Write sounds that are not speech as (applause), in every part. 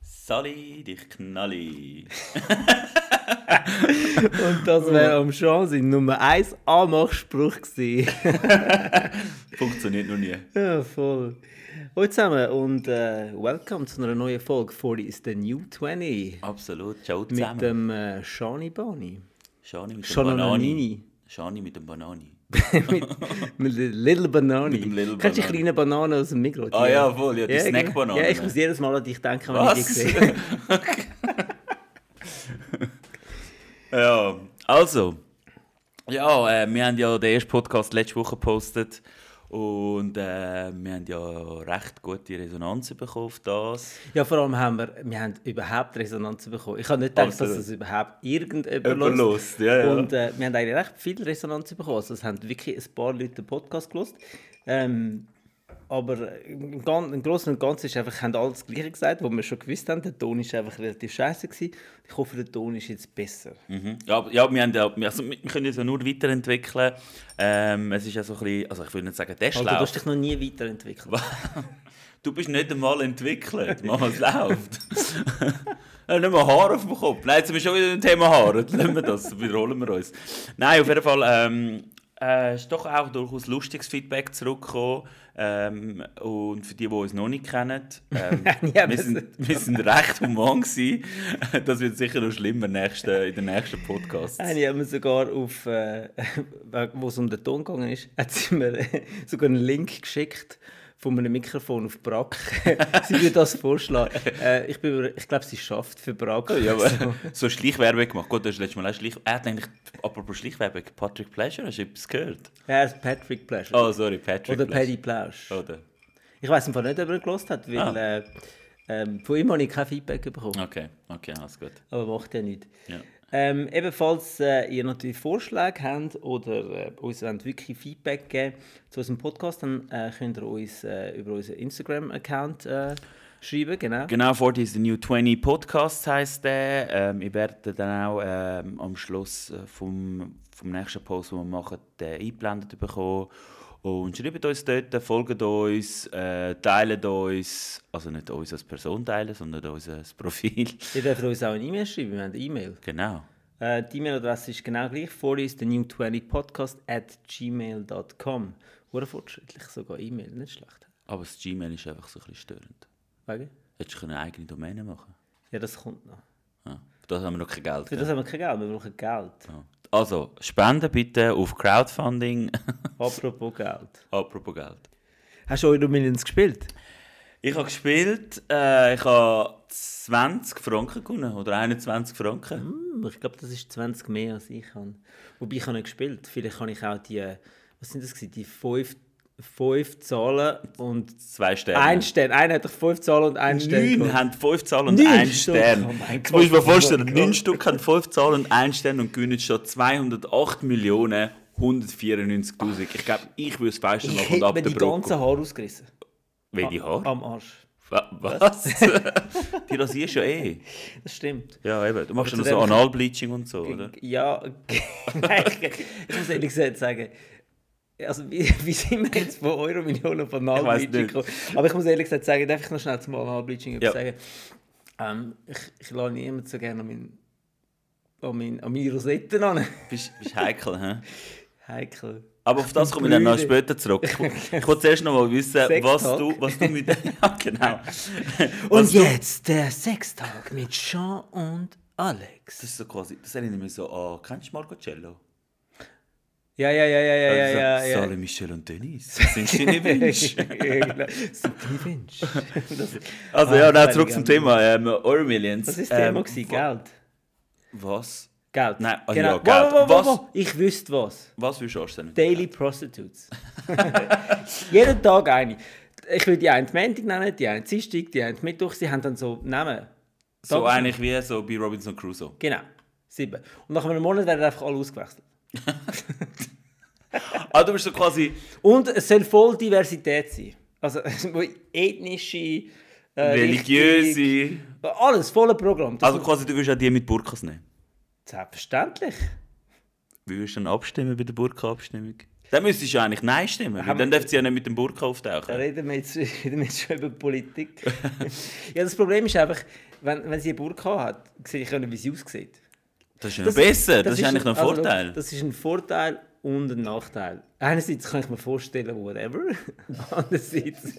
Sally, dich knalli. Und das wäre am Chance Nummer 1 Anmachspruch gewesen. Funktioniert noch nie. (laughs) ja, voll. Hallo zusammen und äh, welcome zu einer neuen Folge 40 is the New 20 Absolut. Ciao zusammen. mit dem äh, Shani Bani. Shani mit dem Banani. (laughs) Shanonanini. Shani mit dem Banani. mit, mit der Little Banani. Mit dem Little Kennst du die Banani. kleine Banane aus dem Mikro? Ah ja, voll, ja, die genau. Snackbanane. Ja, ich muss jedes Mal an dich denken, wenn ich die Was? sehe. (laughs) ja, also. Ja, äh, wir haben ja den ersten Podcast letzte Woche gepostet. Und äh, wir haben ja recht gute Resonanz bekommen auf das. Ja, vor allem haben wir, wir haben überhaupt Resonanz bekommen. Ich habe nicht gedacht, dass Absolut. es überhaupt irgendjemand Jemand hört, hört. ja, ja. Und äh, wir haben eigentlich recht viel Resonanz bekommen. Also, es haben wirklich ein paar Leute den Podcast gelost. Ähm, aber im, Gan im Großen und Ganzen ist einfach, haben alle das Gleiche gesagt, was wir schon gewusst haben. Der Ton war einfach relativ scheiße. Gewesen. Ich hoffe, der Ton ist jetzt besser. Mhm. Ja, aber- ja, wir, haben ja, also, wir wir können es ja nur weiterentwickeln. Ähm, es ist ja so ein bisschen, also ich will nicht sagen Also, du Testlauf. hast dich noch nie (laughs) weiterentwickelt. du bist nicht einmal entwickelt, Mama, es läuft. (laughs) Er hat nicht mal Haare auf dem Kopf. Nein, jetzt sind wir schon wieder im Thema Haare. Jetzt lassen wir das, wiederholen wir uns. Nein, auf jeden Fall ähm, äh, ist doch auch durchaus lustiges Feedback zurückgekommen. Ähm, und für die, die uns noch nicht kennen, ähm, (laughs) Ja, wir, das- sind, wir sind recht human gewesen. Das wird sicher noch schlimmer nächste, in den nächsten Podcasts. Eine haben wir sogar auf, äh, (laughs) wo es um den Ton gegangen ist, (laughs) hat sie mir äh, sogar einen Link geschickt von einem Mikrofon auf Brack. (laughs) sie würde das vorschlagen. Äh, ich bin über- ich glaube, sie schafft für Brack. Ja, aber (laughs) So. so Schleichwerbung gemacht. Gut, das ist letztes Mal auch Schleich... Er hat eigentlich, apropos Schleichwerbung, Patrick Pleasure, hast du etwas gehört? Er ist Patrick Pleasure. Oh, sorry, Patrick Oder Pleasure. Paddy Plausch. Oder? Ich weiß einfach nicht, ob er ihn gelost hat, weil Ah. äh, ähm, von ihm habe ich kein Feedback bekommen. Okay, okay, alles gut. Aber macht ja nichts. Ja. Ähm, ebenfalls, äh, ihr natürlich Vorschläge habt oder äh, uns wollt wirklich Feedback geben zu unserem Podcast, dann äh, könnt ihr uns äh, über unseren Instagram-Account äh, schreiben. Genau. Genau, 40 is the New 20 Podcast heisst der. Ähm, ich werde dann auch ähm, am Schluss äh, vom, vom nächsten Post, den wir machen, den eingeblendet bekommen. Und schreibt uns dort, folgt uns, äh, teilt uns, also nicht uns als Person teilen, sondern uns als Profil. (laughs) Ihr dürft uns auch eine E-Mail schreiben, wir haben eine E-Mail. genau. Äh, die E-Mail-Adresse ist genau gleich, vor ist der new20podcast at gmail.com. Hure fortschrittlich, sogar E-Mail, nicht schlecht. Aber das Gmail ist einfach so ein bisschen störend. Wegen? Hättest du eine eigene Domäne machen Ja, das kommt noch. können? Ja. Für das haben wir noch kein Geld. Für gell? das haben wir kein Geld, wir brauchen Geld. Ja. Also, spenden bitte auf Crowdfunding. (laughs) Apropos Geld. Apropos Geld. Hast du Euromillions gespielt? Ich habe gespielt, äh, ich habe 20 Franken gewonnen oder 21 Franken. Hm, Ich glaube, das ist 20 mehr als ich habe. Wobei ich habe nicht gespielt. Vielleicht kann ich auch die, äh, was sind das gewesen? die fünf, fünf Zahlen und Zwei Sterne. ein Stern. Einer hat doch fünf Zahlen und ein Stern. Neun geholt. haben 5 Zahlen und Neun 1 Stück, Stern. oh mein Jetzt Gott, musst du oh mir mein vorstellen, Gott. 9 Stück haben 5 Zahlen und 1 Stern und gewinnen schon 298.194.000. Ich glaube, ich würde das Fenster Ich machen und hätte ab mir der die Brücke. ganzen Haare ausgerissen. Welche Haare? Am Arsch. Wa- Was? (laughs) die rasierst ja eh. Das stimmt. Ja, eben. Du machst ja Aber noch zu so dem- Analbleaching und so, oder? Ja, nein, ich, ich muss ehrlich gesagt sagen, also wie, wie sind wir jetzt von Euro-Millionen von weiss Nullbleaching nicht. gekommen? Aber ich muss ehrlich gesagt sagen, darf ich noch schnell zum Nullbleaching etwas Ja. sagen? Ähm, ich, ich lasse niemand so gerne an, mein, an, mein, an meine Rosetten an. Bist, bist heikel, hä? Heikel. Aber auf das komme ich dann noch Brüde. später zurück. Ich will- Ich wollte zuerst noch mal (laughs) wissen, Sex was Talk. du, was du mit... (laughs) ja, genau. Und Was du- jetzt der Sextag mit Sean und Alex. Das ist so quasi... Das erinnert mich so an... Kennst du Marco Cello? Ja, ja, ja, ja, ja, ja, Also, ja. ja. Sally, Michel und Denise. Sind sie (laughs) nicht Mensch? genau. Subtil Mensch. Das- Also Ah, ja, das dann weiß zurück ich zum gar nicht. Thema. Ähm, Euro Millions. Das ist ähm, Thema, gewesen, Geld. Was? Geld. Nein, ah, ja, genau. Geld. Wo, wo, wo, Was? wo, wo? Ich wüsste was. Was willst du anstellen? mit dem Daily Prostitutes. (laughs) Jeden Tag eine. Ich will die einen Montag nennen, die einen Dienstag, die einen Mittwoch. Sie haben dann so Namen. Geld? So Dankeschön. eigentlich wie so bei Robinson Crusoe. Genau. Sieben. Und nach einem Monat werden einfach alle ausgewechselt. Ah, du bist so quasi... Und es soll voll Diversität sein. Also (laughs) ethnische, äh, Richtung, Religiöse... alles, volle Programm. Das Also quasi, du würdest auch die mit Burkas nehmen. ist selbstverständlich. Wie würdest du dann abstimmen bei der Burka-Abstimmung? Dann müsstest du ja eigentlich Nein stimmen, weil Haben dann wir- dürft sie ja nicht mit dem Burka Da auftauchen. reden wir jetzt, (laughs) reden wir jetzt schon über Politik. (laughs) ja, das Problem ist einfach, wenn, wenn sie eine Burka hat, sehe ich ja nicht, wie sie aussieht. Das ist ja noch besser, das, ist eigentlich noch ein also, Vorteil. Das ist ein Vorteil und ein Nachteil. Einerseits kann ich mir vorstellen, whatever. (laughs) Andererseits... (laughs)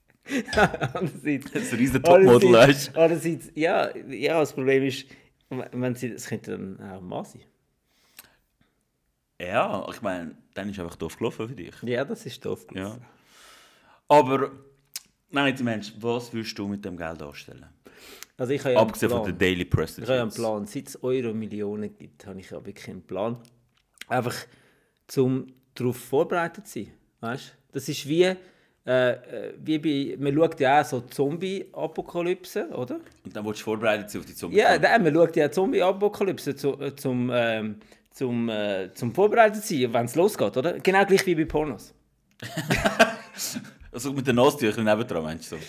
(laughs) Andererseits... Das ist ein riesen Topmodel, weißt Andererseits, andererseits, ja, ja, das Problem ist, wenn sie, das könnte dann auch ein Mann sein. du. Ja, ich meine, dann ist einfach doof gelaufen für dich. Ja, das ist doof. Ja. Aber, nein, jetzt Mensch, was würdest du mit dem Geld anstellen? Also ich habe ja einen Abgesehen von Plan. der Daily Ich habe ja einen Prostitutes. Plan. Seit es Euro Millionen gibt, habe ich ja wirklich einen Plan. Einfach zum darauf vorbereitet zu sein. Weißt? Das ist wie, äh, äh, wie bei, man schaut ja auch so Zombie-Apokalypse, oder? Und dann willst du vorbereitet sein auf die Zombie. Ja, nein, man schaut ja Zombie-Apokalypse zu, äh, zum, ähm, zum, äh, zum vorbereitet zu sein, wenn es losgeht, oder? Genau gleich wie bei Pornos. Also mit den Nostüchern nebendran, meinst du so?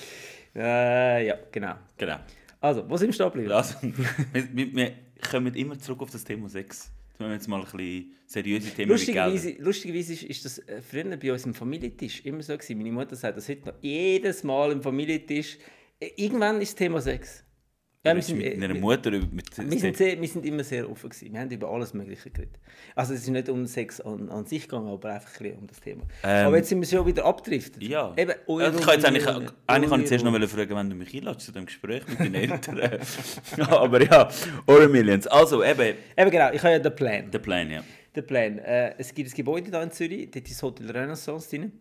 Äh, ja, genau. Genau. Also, wo sind wir stehen geblieben? Also, (laughs) wir, wir, wir kommen immer zurück auf das Thema Sex. Jetzt müssen wir jetzt mal ein bisschen seriöse Themen Lustigerweise, lustigerweise ist, ist das äh, früher bei uns im Familientisch immer so gewesen. Meine Mutter sagt das heute noch jedes Mal im Familientisch. Äh, Irgendwann ist das Thema Sex. Ja, wir, Mit, sind, mit äh, einer wir, Mutter über mit wir, sind sehr, wir sind immer sehr offen gewesen. Wir haben über alles Mögliche geredet. Also es ist nicht um Sex an, an sich gegangen, aber einfach ein bisschen um das Thema. Ähm, aber jetzt sind wir schon wieder abgedriftet. Ja. Eben, ja, ich kann jetzt eigentlich, Euro- eigentlich kann ich zuerst noch Euro- mal fragen, wenn du mich einlädst zu dem Gespräch mit (laughs) den Eltern. (laughs) Aber ja, Euro Millions. Also eben, Eben genau, ich habe ja den Plan. der Plan, ja. Der Plan. Äh, es gibt ein Gebäude hier in Zürich, dort ist das Hotel Renaissance drin.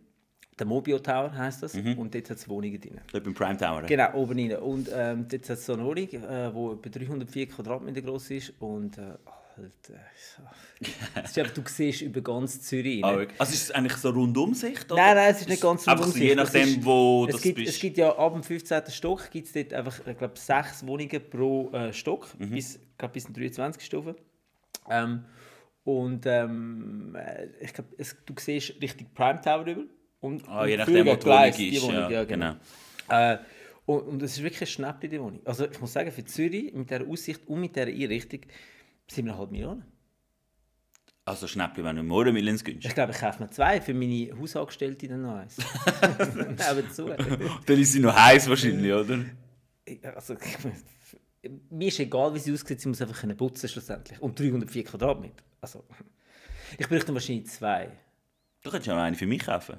Der Mobio Tower heisst das. Mhm. Und dort hat es Wohnungen drin. Dort beim Prime Tower. Genau, oben rein. Und ähm, dort hat es so eine Wohnung, die etwa 304 Quadratmeter groß ist. Und, äh, Alter, das ist einfach, du siehst über ganz Zürich. Ah, rein. wirklich. Also ist es eigentlich so Rundumsicht? Oder? Nein, nein, es ist nicht ganz Einfach so rundum je sicht. Es nachdem, ist- wo es das gibt, bist. Es gibt ja ab dem 15. Stock gibt es dort einfach, ich glaube, sechs Wohnungen pro äh, Stock, Mhm. bis, glaub, bis in 23 Stufen. Ähm, und ähm, äh, ich glaube, es- du siehst richtig Prime Tower rüber. Und, ah, und je drüber nachdem, wo die Wohnung ist. Gleis, die Wohnung, ja, genau. äh, und, und es ist wirklich ein Schnäppchen, die Wohnung. Also ich muss sagen, für Zürich, mit dieser Aussicht und mit dieser Einrichtung, 7,5 Millionen. Also Schnäppchen, wenn du morgen Millions gönnst. Ich glaube, ich kaufe mir zwei für meine Hausangestellte dann noch eins. (laughs) Nebenzu. (laughs) Dann ist sie noch heiß wahrscheinlich, oder? Also, mir ist egal, wie sie aussieht, sie muss einfach können putzen schlussendlich. Und 304 Quadratmeter. Also, ich bräuchte wahrscheinlich zwei. Du könntest ja noch eine für mich kaufen.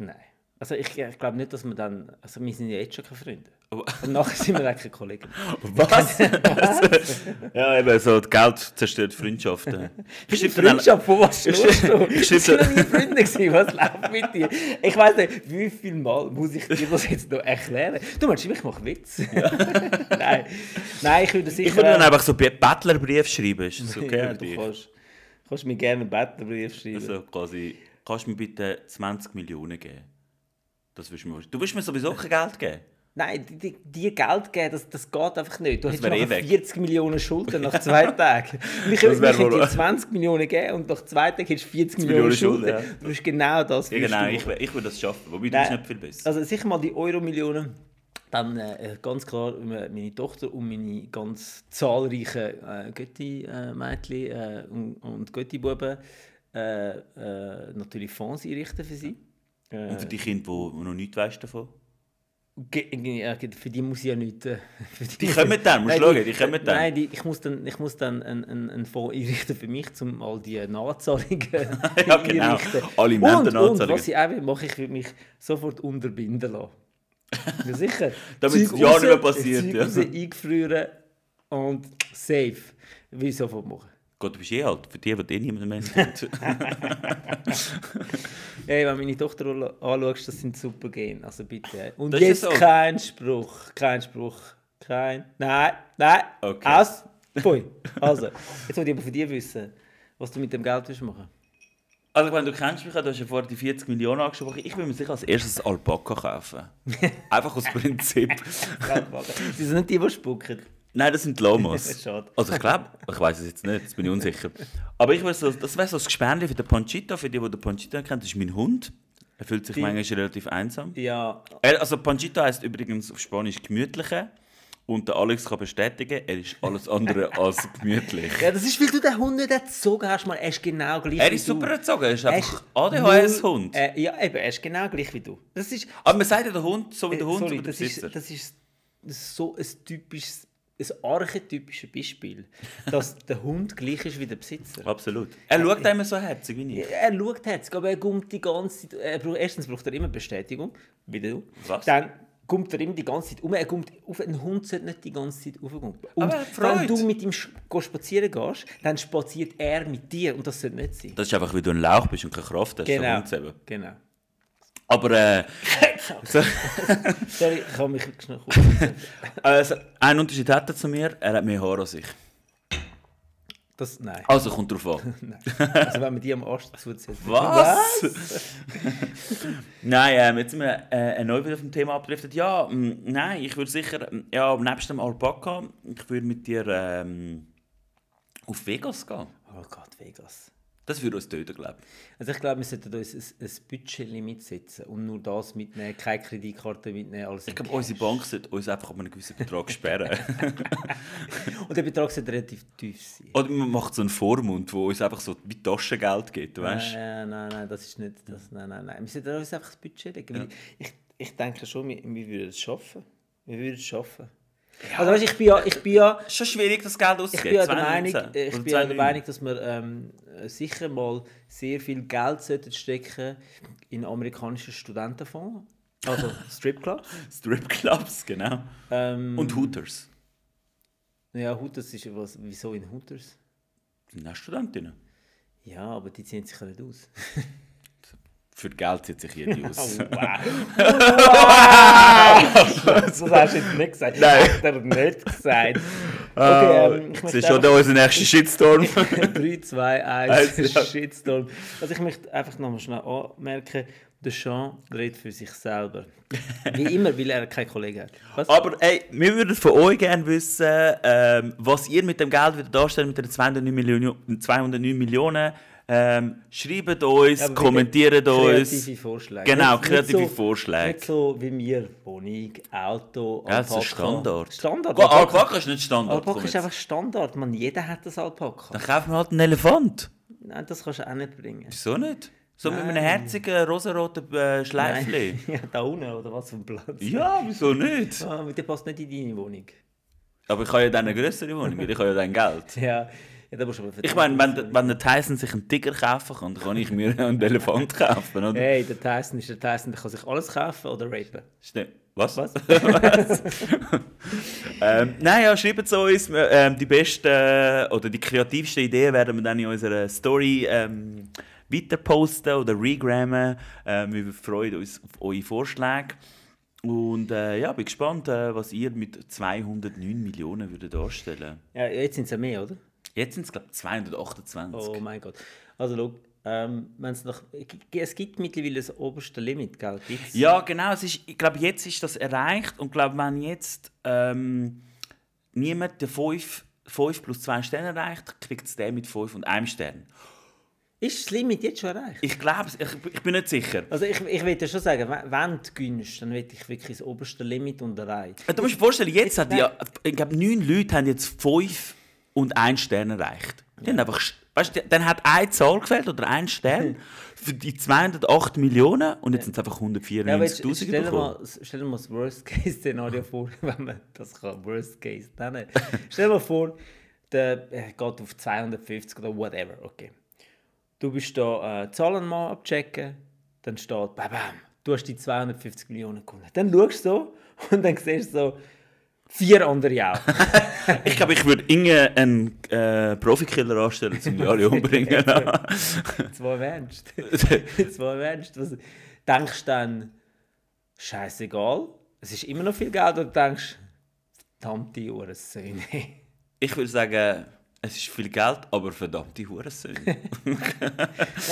Nein. Also ich, ich glaube nicht, dass wir dann... Also wir sind ja jetzt schon keine Freunde. Oh. Und nachher sind wir dann keine Kollegen. Was? (laughs) ja, eben, so das Geld zerstört (laughs) Freundschaften. Bestimmt Freundschaft, von was schnurst du? Ich Ich schreib so- war noch nie Freunde, gewesen. was läuft mit dir? Ich weiss nicht, wie viel Mal muss ich dir das jetzt noch erklären? Du meinst, ich mache Witz? (laughs) Nein. Nein, ich würde sicher... Ich würde dann einfach so Be- Bettlerbrief schreiben, ist (laughs) das okay ja, für du dich? kannst, kannst mir gerne einen Bettlerbrief schreiben. Also quasi, kannst du mir bitte 20 Millionen geben? Das wirst du mir Du wirst mir sowieso kein Geld (laughs) geben. Nein, die, die, die Geld geben, das, das geht einfach nicht. Du hättest wäre eh nachher weg. 40 Millionen (laughs) Schulden nach zwei Tagen. Ich Das wäre hätte wohl- dir 20 Millionen gegeben und nach zwei Tagen hättest du 40 Millionen Millionen Schulden. Schulden, ja. Du hast genau das. Ja, wirst genau, du ich, wär- ich würde das schaffen. Wobei, du Nein. bist nicht viel besser. Also sicher mal die Euro-Millionen. Dann äh, ganz klar über meine Tochter und meine ganz zahlreichen äh, Götti-Mädchen äh, und, und Götti-Buben äh, äh, natürlich Fonds einrichten für sie. Äh, Und für die Kinder, die noch nichts weiss davon ge- ge- ja, ge- für die muss ich ja nicht... Äh, für die, Die kommen dann, musst Nein, du schauen, die kommen dann. Nein, die, ich muss dann, ich muss dann einen, einen, einen Fonds einrichten für mich, um all die Nachzahlungen (laughs) (laughs) Ja, genau. einrichten. Alle und, und Nachzahlungen. was ich auch will, mache ich will mich sofort unterbinden lassen. Ja, sicher. (laughs) Damit es Zeug ja raus, nicht mehr passiert, Zeug ja. raus, eingefrieren und safe. Will ich sofort machen. Gott, du bist eh alt. Für die, die eh niemand mehr kennt. (laughs) Ey, wenn meine Tochter anschaust, das sind super Gene. Also bitte. Und Das ist jetzt so. kein Spruch. Kein Spruch. Kein. Nein, nein. Okay. Aus. Pui. Also, jetzt wollte ich aber von dir wissen, was du mit dem Geld willst (laughs) machen Also, wenn du kennst mich, ja, du hast ja vorher die 40 Millionen angesprochen. Ich will mir sicher als erstes ein Alpaka (laughs) kaufen. Einfach aus Prinzip. Sie sind nicht die, die spucken. Nein, das sind (laughs) Lomos. Schade. Also ich glaube, ich weiß es jetzt nicht, jetzt bin ich unsicher. Aber ich weiß, so, das wäre so das Gespänli für den Panchita, für die, die den Panchita kennt, das ist mein Hund. Er fühlt sich manchmal relativ einsam. Ja, Er, also Panchita heißt übrigens auf Spanisch gemütliche Und der Alex kann bestätigen, er ist alles (laughs) andere als gemütlich. Ja, das ist, weil du den Hund nicht erzogen hast, man. Er ist genau gleich Er wie ist du. super erzogen, er ist Er ist einfach ADHS-Hund. null- Äh, ja, eben, er ist genau gleich wie du. Das ist... Aber man sagt ja, der Hund, so wie der Äh, Hund, sorry, aber der das, ist, Besitzer. das ist so ein typisches, ein archetypisches Beispiel, (laughs) dass der Hund gleich ist wie der Besitzer. Absolut. Er schaut einem so herzig wie ich. Er schaut herzig, aber er kommt die ganze Zeit. Er braucht, erstens braucht er immer Bestätigung, wie du. Was? Dann kommt er immer die ganze Zeit um. Er kommt auf, ein Hund sollte nicht die ganze Zeit aufkommen. Und Aber er hat Freude. wenn du mit ihm sch- go spazieren gehst, dann spaziert er mit dir und das sollte nicht sein. Das ist einfach, weil du ein Lauch bist und keine Kraft hast, so Genau. Hund zu haben. Genau. Aber äh, so, Sorry, ich habe mich schnell (laughs) also, ein Unterschied hat er zu mir, er hat mehr Haar als ich. Das, nein. (laughs) Also kommt drauf an. Also wenn man die am Arsch zuzieht. Was? (laughs) nein, ähm, jetzt sind wir äh, erneut wieder vom Thema abgedriftet. Ja, m, nein, ich würde sicher, m, ja, nebst dem Alpaka, ich würde mit dir ähm, auf Vegas gehen. Oh Gott, Vegas. Das würde uns töten, glaube ich. Also ich glaube, wir sollten uns ein, ein Budgetlimit setzen und nur das mitnehmen, keine Kreditkarte mitnehmen, alles Ich glaube, unsere Bank sollte uns einfach ab einem gewissen Betrag sperren. (laughs) Und der Betrag sollte relativ tief sein. Oder man macht so einen Vormund, der uns einfach so wie Taschengeld Äh. gibt, weißt du? Nein, nein, nein, das ist nicht das. Nein, nein, nein. Wir sollten uns einfach das Budget legen. weil Ich, ich denke schon, wir, wir würden es schaffen. Wir würden es schaffen. Also weißt, du, ich bin ja, ich bin ja, Ist schon schwierig, das Geld ich auszugeben. bin ja der Meinung, 2019. ich Oder bin ja der 2009. Meinung, dass wir ähm, sicher mal sehr viel Geld sollten stecken in einen amerikanischen Studentenfonds, also Stripclub. Stripclubs, genau. Ähm, Und Hooters. Ja, Hooters ist ja was. Wieso in Hooters? Sind auch Studentinnen. Ja, aber die ziehen sich ja (laughs) nicht aus. (laughs) Für Geld setzt sich jeder (laughs) aus. das hast du jetzt nicht gesagt. Nein. Hat er nicht gesagt. Ah, Okay, ähm, ich das möchte ist schon einfach- der unser nächster Shitstorm. (laughs) (laughs) 3, 2, Eins, 1, ja. Shitstorm. Also ich möchte einfach nochmal schnell anmerken, der Jean redet für sich selber. Wie immer, weil er keinen Kollegen hat. Was? Aber ey, wir würden von euch gerne wissen, ähm, was ihr mit dem Geld wieder darstellt, mit den 209 Millionen. 209 Millionen. Ähm, schreibt uns, Aber bitte kommentiert uns. Kreative Vorschläge. Genau, Nicht- kreative nicht so, Vorschläge. Nicht so wie wir. Wohnung, Auto, Ja, das ist ein Alpaka. Standard. Standard. Gut, Alpaka. Alpaka ist nicht Standard. Alpaka komm ist jetzt. einfach Standard, man. Jeder hat das Alpaka. Dann kaufen wir halt einen Elefant. Nein, das kannst du auch nicht bringen. Wieso nicht? So mit Nein. einem herzigen rosaroten äh, Schleifchen. Nein. (laughs) ja, da unten oder was vom Platz. Ja, wieso nicht? Ah, aber der passt nicht in deine Wohnung. Aber ich habe ja dann eine größere Wohnung, weil ich habe ja dann Geld. Ja, ja da musst du aber Ich meine, wenn, wenn der Tyson sich einen Tiger kaufen kann, dann kann ich mir einen Elefant kaufen. Oder? Hey, der Tyson ist der Tyson, der kann sich alles kaufen oder rapen. Stimmt. Was? (laughs) Was? Ähm, nein, ja, schreibt es uns. Wir, Ähm, die besten äh, oder die kreativsten Ideen werden wir dann in unserer Story ähm, weiter posten oder regrammen. Ähm, wir freuen uns auf eure Vorschläge. Und äh, ja, bin gespannt, äh, was ihr mit 209 Millionen würdet darstellen. Ja, jetzt sind es ja mehr, oder? Jetzt sind es, glaube ich, 228. Oh mein Gott. Also, schau, ähm, wenn's noch, es gibt mittlerweile das oberste Limit, gell? Gibt's? Ja, genau. Es ist, ich glaube, jetzt ist das erreicht. Und glaube, wenn jetzt ähm, niemand den 5, 5 plus 2 Sterne erreicht, kriegt es der mit 5 und einem Stern. Ist das Limit jetzt schon erreicht? Ich glaube, ich, ich bin nicht sicher. Also, ich, ich will dir schon sagen, wenn, wenn du gewinnst, dann will ich wirklich das oberste Limit und rein. Du musst dir vorstellen, jetzt hat ja, ich glaube, neun Leute haben jetzt 5 und 1 Stern erreicht. Die haben einfach, sch- weißt, du, dann hat eine Zahl gefehlt oder ein (laughs) Stern für die 208 Millionen und jetzt sind es einfach Ja, aber jetzt 194.000 stell dir bekommen. mal, stell dir mal das Worst-Case-Szenario vor, (laughs) wenn man das kann, Worst-Case nennen. stell dir mal vor, der äh, geht auf 250 oder whatever, okay. Du bist da äh, Zahlen mal abchecken, dann steht, bam, bam, du hast die 250 Millionen gewonnen. Dann schaust du so und dann siehst du so, vier andere auch. Ich glaube, ich würde irgendeinen äh, Profikiller anstellen, um die (laughs) alle umbringen. Zwei Menschen. (laughs) Zwei Menschen. Was, denkst du dann, scheißegal, es ist immer noch viel Geld, oder denkst du, verdammte (laughs) Uhrensöhne. ich würde sagen, es ist viel Geld, aber verdammte Hurensöhne. Nein,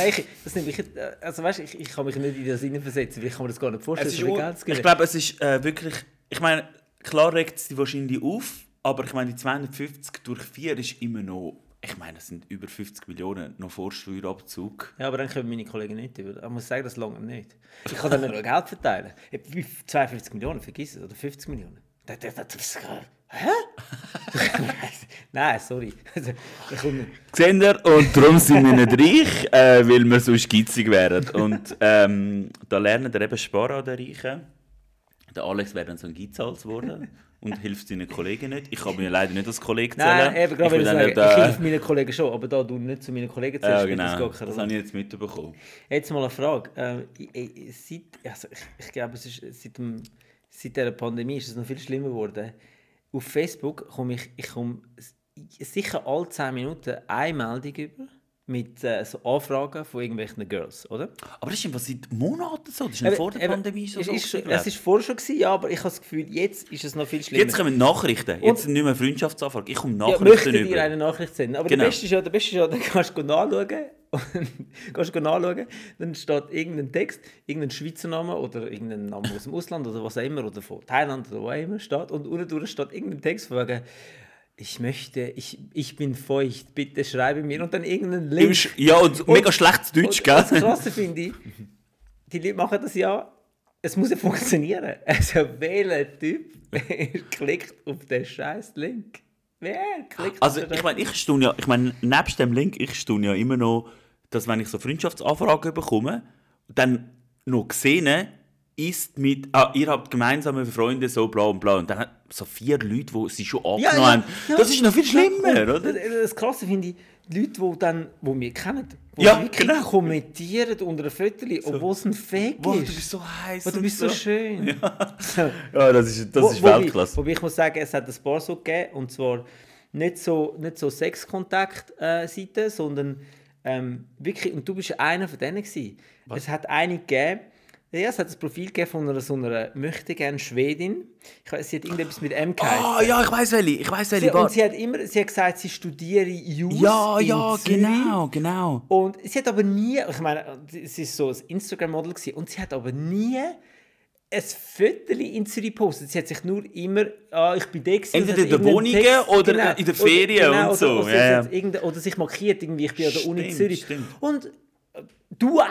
ich, das nehme ich, jetzt- also weißt, ich, ich kann mich nicht in das hineinversetzen, weil ich kann mir das gar nicht vorstellen, Es ist so viel un- Geld zu ich gewinnen. glaube, es ist äh, wirklich. Ich meine, klar regt es die wahrscheinlich auf, aber ich meine, die 250 durch 4 ist immer noch. Ich meine, es sind über 50 Millionen noch vor Steuerabzug. Ja, aber dann kommen meine Kollegen nicht über. Ich muss (laughs) sagen, das lange nicht. Ich kann dann nicht nur Geld verteilen. Ich- 52 Millionen, vergiss es, oder 50 Millionen. Da- da- da- das- Hä? (laughs) Nein, sorry. (laughs) Also, da kommt nicht. Seht ihr? Und darum sind wir nicht reich, äh, weil wir sonst gitzig wären. Und ähm, da lernen wir eben sparen an den Reichen. Der Alex wäre dann so ein Gitzhals geworden und hilft seinen Kollegen nicht. Ich kann mir leider nicht als Kollege zählen. Nein, eben gerade bin ich dann sagen, nicht, ich äh, helfe meinen Kollegen schon, aber da du nicht zu meinen Kollegen zählst, ja, spielt das genau. Also, gar keine Das Rolle. habe ich jetzt mitbekommen. Also, Jetzt mal eine Frage. Ähm, ich- ich- seit, also ich, ich glaube, es ist seit, dem, seit der Pandemie ist es noch viel schlimmer geworden. Auf Facebook komme ich, ich komme s- sicher alle 10 Minuten eine Meldung über mit äh, so Anfragen von irgendwelchen Girls, oder? Aber das ist einfach seit Monaten so. Das ist noch Eben- vor der eben, Pandemie so. es so ist, schon- gewesen, Es ist vorher schon, gewesen, ja, aber ich habe das Gefühl, jetzt ist es noch viel schlimmer. Jetzt kommen Nachrichten. Jetzt sind nicht mehr Freundschaftsanfragen. Ich komme ja, Nachrichten möchte dir über. eine Nachricht senden. Aber Genau. der Beste ist ja, der Beste ist ja, (laughs) dann kannst du nachschauen. Und kannst du nachschauen, dann steht irgendein Text, irgendein Schweizer Name oder irgendein Name aus dem Ausland oder was auch immer oder von Thailand oder wo auch immer steht. Und unten drunter steht irgendein Text von wegen, ich möchte, ich, ich bin feucht, bitte schreibe mir und dann irgendeinen Im Link. Sch- Ja, und, mega schlechtes Deutsch, Und das gell? Krasse finde ich, die Leute machen das ja, es muss ja funktionieren. (laughs) Also welcher Typ klickt auf den scheiß Link? Wer (laughs) klickt Also auf den ich meine, ich staune ja, ich meine, nebst dem Link, ich staune ja immer noch, dass wenn ich so Freundschaftsanfragen bekomme, dann noch gesehen ist mit, ah, ihr habt gemeinsame Freunde, so bla und bla. Und dann hat so vier Leute, die sie schon angenommen haben. das ist noch viel schlimmer, Und oder? Das Krasse finde ich, die Leute, die, dann, die wir kennen, die Ja, wirklich genau. kommentieren unter einem Foto, obwohl es ein Fake Wow, du ist. bist so heiß. Oh, du und bist so schön. Ja, das ist, das ist wobei- Weltklasse. Wobei ich muss sagen, es hat ein paar so gegeben, und zwar nicht so, nicht so Sexkontakt-Seiten, sondern ähm, wirklich, und du bist einer von denen gewesen. Es hat eine gegeben, ja, es hat ein Profil gegeben von einer so einer möchte gern Schwedin. Ich weiß, sie hat irgendetwas mit M geheißen. Ah, ja, ich weiß welche, ich weiß welche. Sie, und warte. sie hat immer sie hat gesagt, sie studiere Jus ja, in ja, Zürich. genau, genau. Und sie hat aber nie, ich meine, sie war so ein Instagram-Model gewesen, und sie hat aber nie ein Viertel in Zürich gepostet. Sie hat sich nur immer, ah, ich bin da gewesen. Entweder und hat in der irgendeinen Genau. Wohnungen oder in der Ferien und oder- so, Oder, ja, ja. sie hat irgende- oder sich markiert, irgendwie, ich bin an der Uni Stimmt, Zürich. stimmt. Und äh, du auch!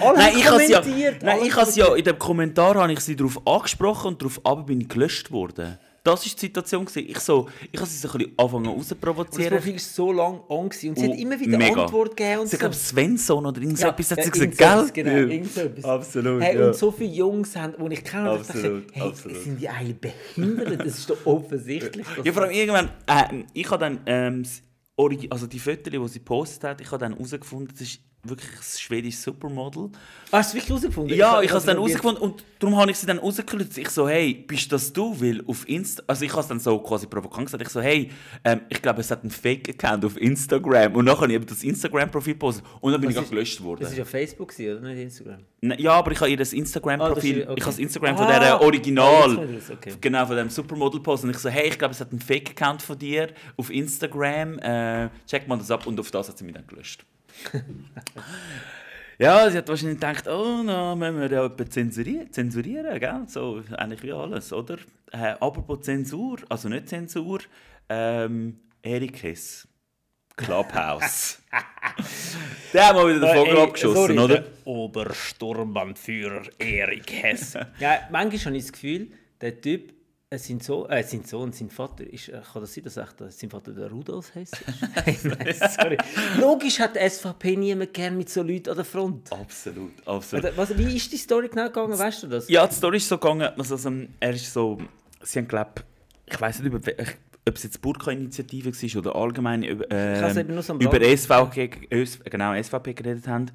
Alle Nein, haben ich habe ja, kommentiert, nein, alle ich has ja in dem Kommentar habe ich sie darauf angesprochen und darauf aber bin ich gelöscht worden. Das ist die Situation gewesen. Ich so, ich habe sie so ein bisschen anfangen Das rauszuprovozieren. Profil war so lange on gewesen. und sie Oh, hat immer wieder mega. Antwort gegeben. Und Sie so. glaube Svensson oder irgend so etwas hat sie äh, gesagt, irgend sowas, gell? Genau, Ja. irgend so etwas. Absolut, Hey, ja. Und so viele Jungs, haben, die ich kenne, und ich dachte, Absolut, hey, absolut. sind die alle behindert? Das ist doch offensichtlich. dass- Ja, vor allem irgendwann, äh, ich habe dann, ähm, das Origi- also die Fotos, die sie gepostet hat, ich habe dann herausgefunden, das ist wirklich ein schwedisches Supermodel. Hast du es wirklich herausgefunden? Ja, ich habe es dann probiert. herausgefunden und darum habe ich sie dann rausgelöst. Ich so, hey, bist das du? Weil auf Insta, also ich habe es dann so quasi provokant gesagt. Ich so, hey, ähm, ich glaube, es hat einen Fake-Account auf Instagram. Und nachher habe ich eben das Instagram-Profil gepostet und dann bin ich auch ist- gelöscht Das war worden. ja Facebook, gewesen, oder nicht Instagram? Ne, Ja, aber ich habe ihr das Ah, das ist- Instagram-Profil, okay. ich habe das Instagram von Ah, dieser ah, Original, jetzt kommt das, okay. genau, von dem Supermodel-Post. Und ich so, hey, ich glaube, es hat einen Fake-Account von dir auf Instagram. Äh, check mal das ab und auf das hat sie mich dann (laughs) gelöscht. Ja, sie hat wahrscheinlich gedacht, oh, na, müssen wir ja jemanden zensurieren, zensurieren gell? So, eigentlich wie alles, oder? Äh, apropos Zensur, also nicht Zensur, ähm, Erik Hess. (laughs) Clubhouse. Der hat mal wieder den Vogel Ey, abgeschossen, Äh, sorry, äh, oder? der Obersturmbannführer Erik Hess. (laughs) ja, manchmal habe ich das Gefühl, der Typ, äh, sein, so äh, sein Sohn, sein Vater, ist, äh, kann das sein, dass echt, äh, sein Vater der Rudolf Hess (laughs) ist? (laughs) Nein, sorry. Logisch hat die SVP niemand gern mit so Leuten an der Front. Absolut, absolut. Oder Was, wie ist die Story genau gegangen, weißt du das? Also, Ja, die Story ist so gegangen, also, also, er ist so, sie haben glaub, ich weiß nicht, ob, ich- ob es jetzt Burka-Initiative war oder allgemein über, has äh, eben nur so am über Rand. SVG, Ös- genau, SVP geredet haben.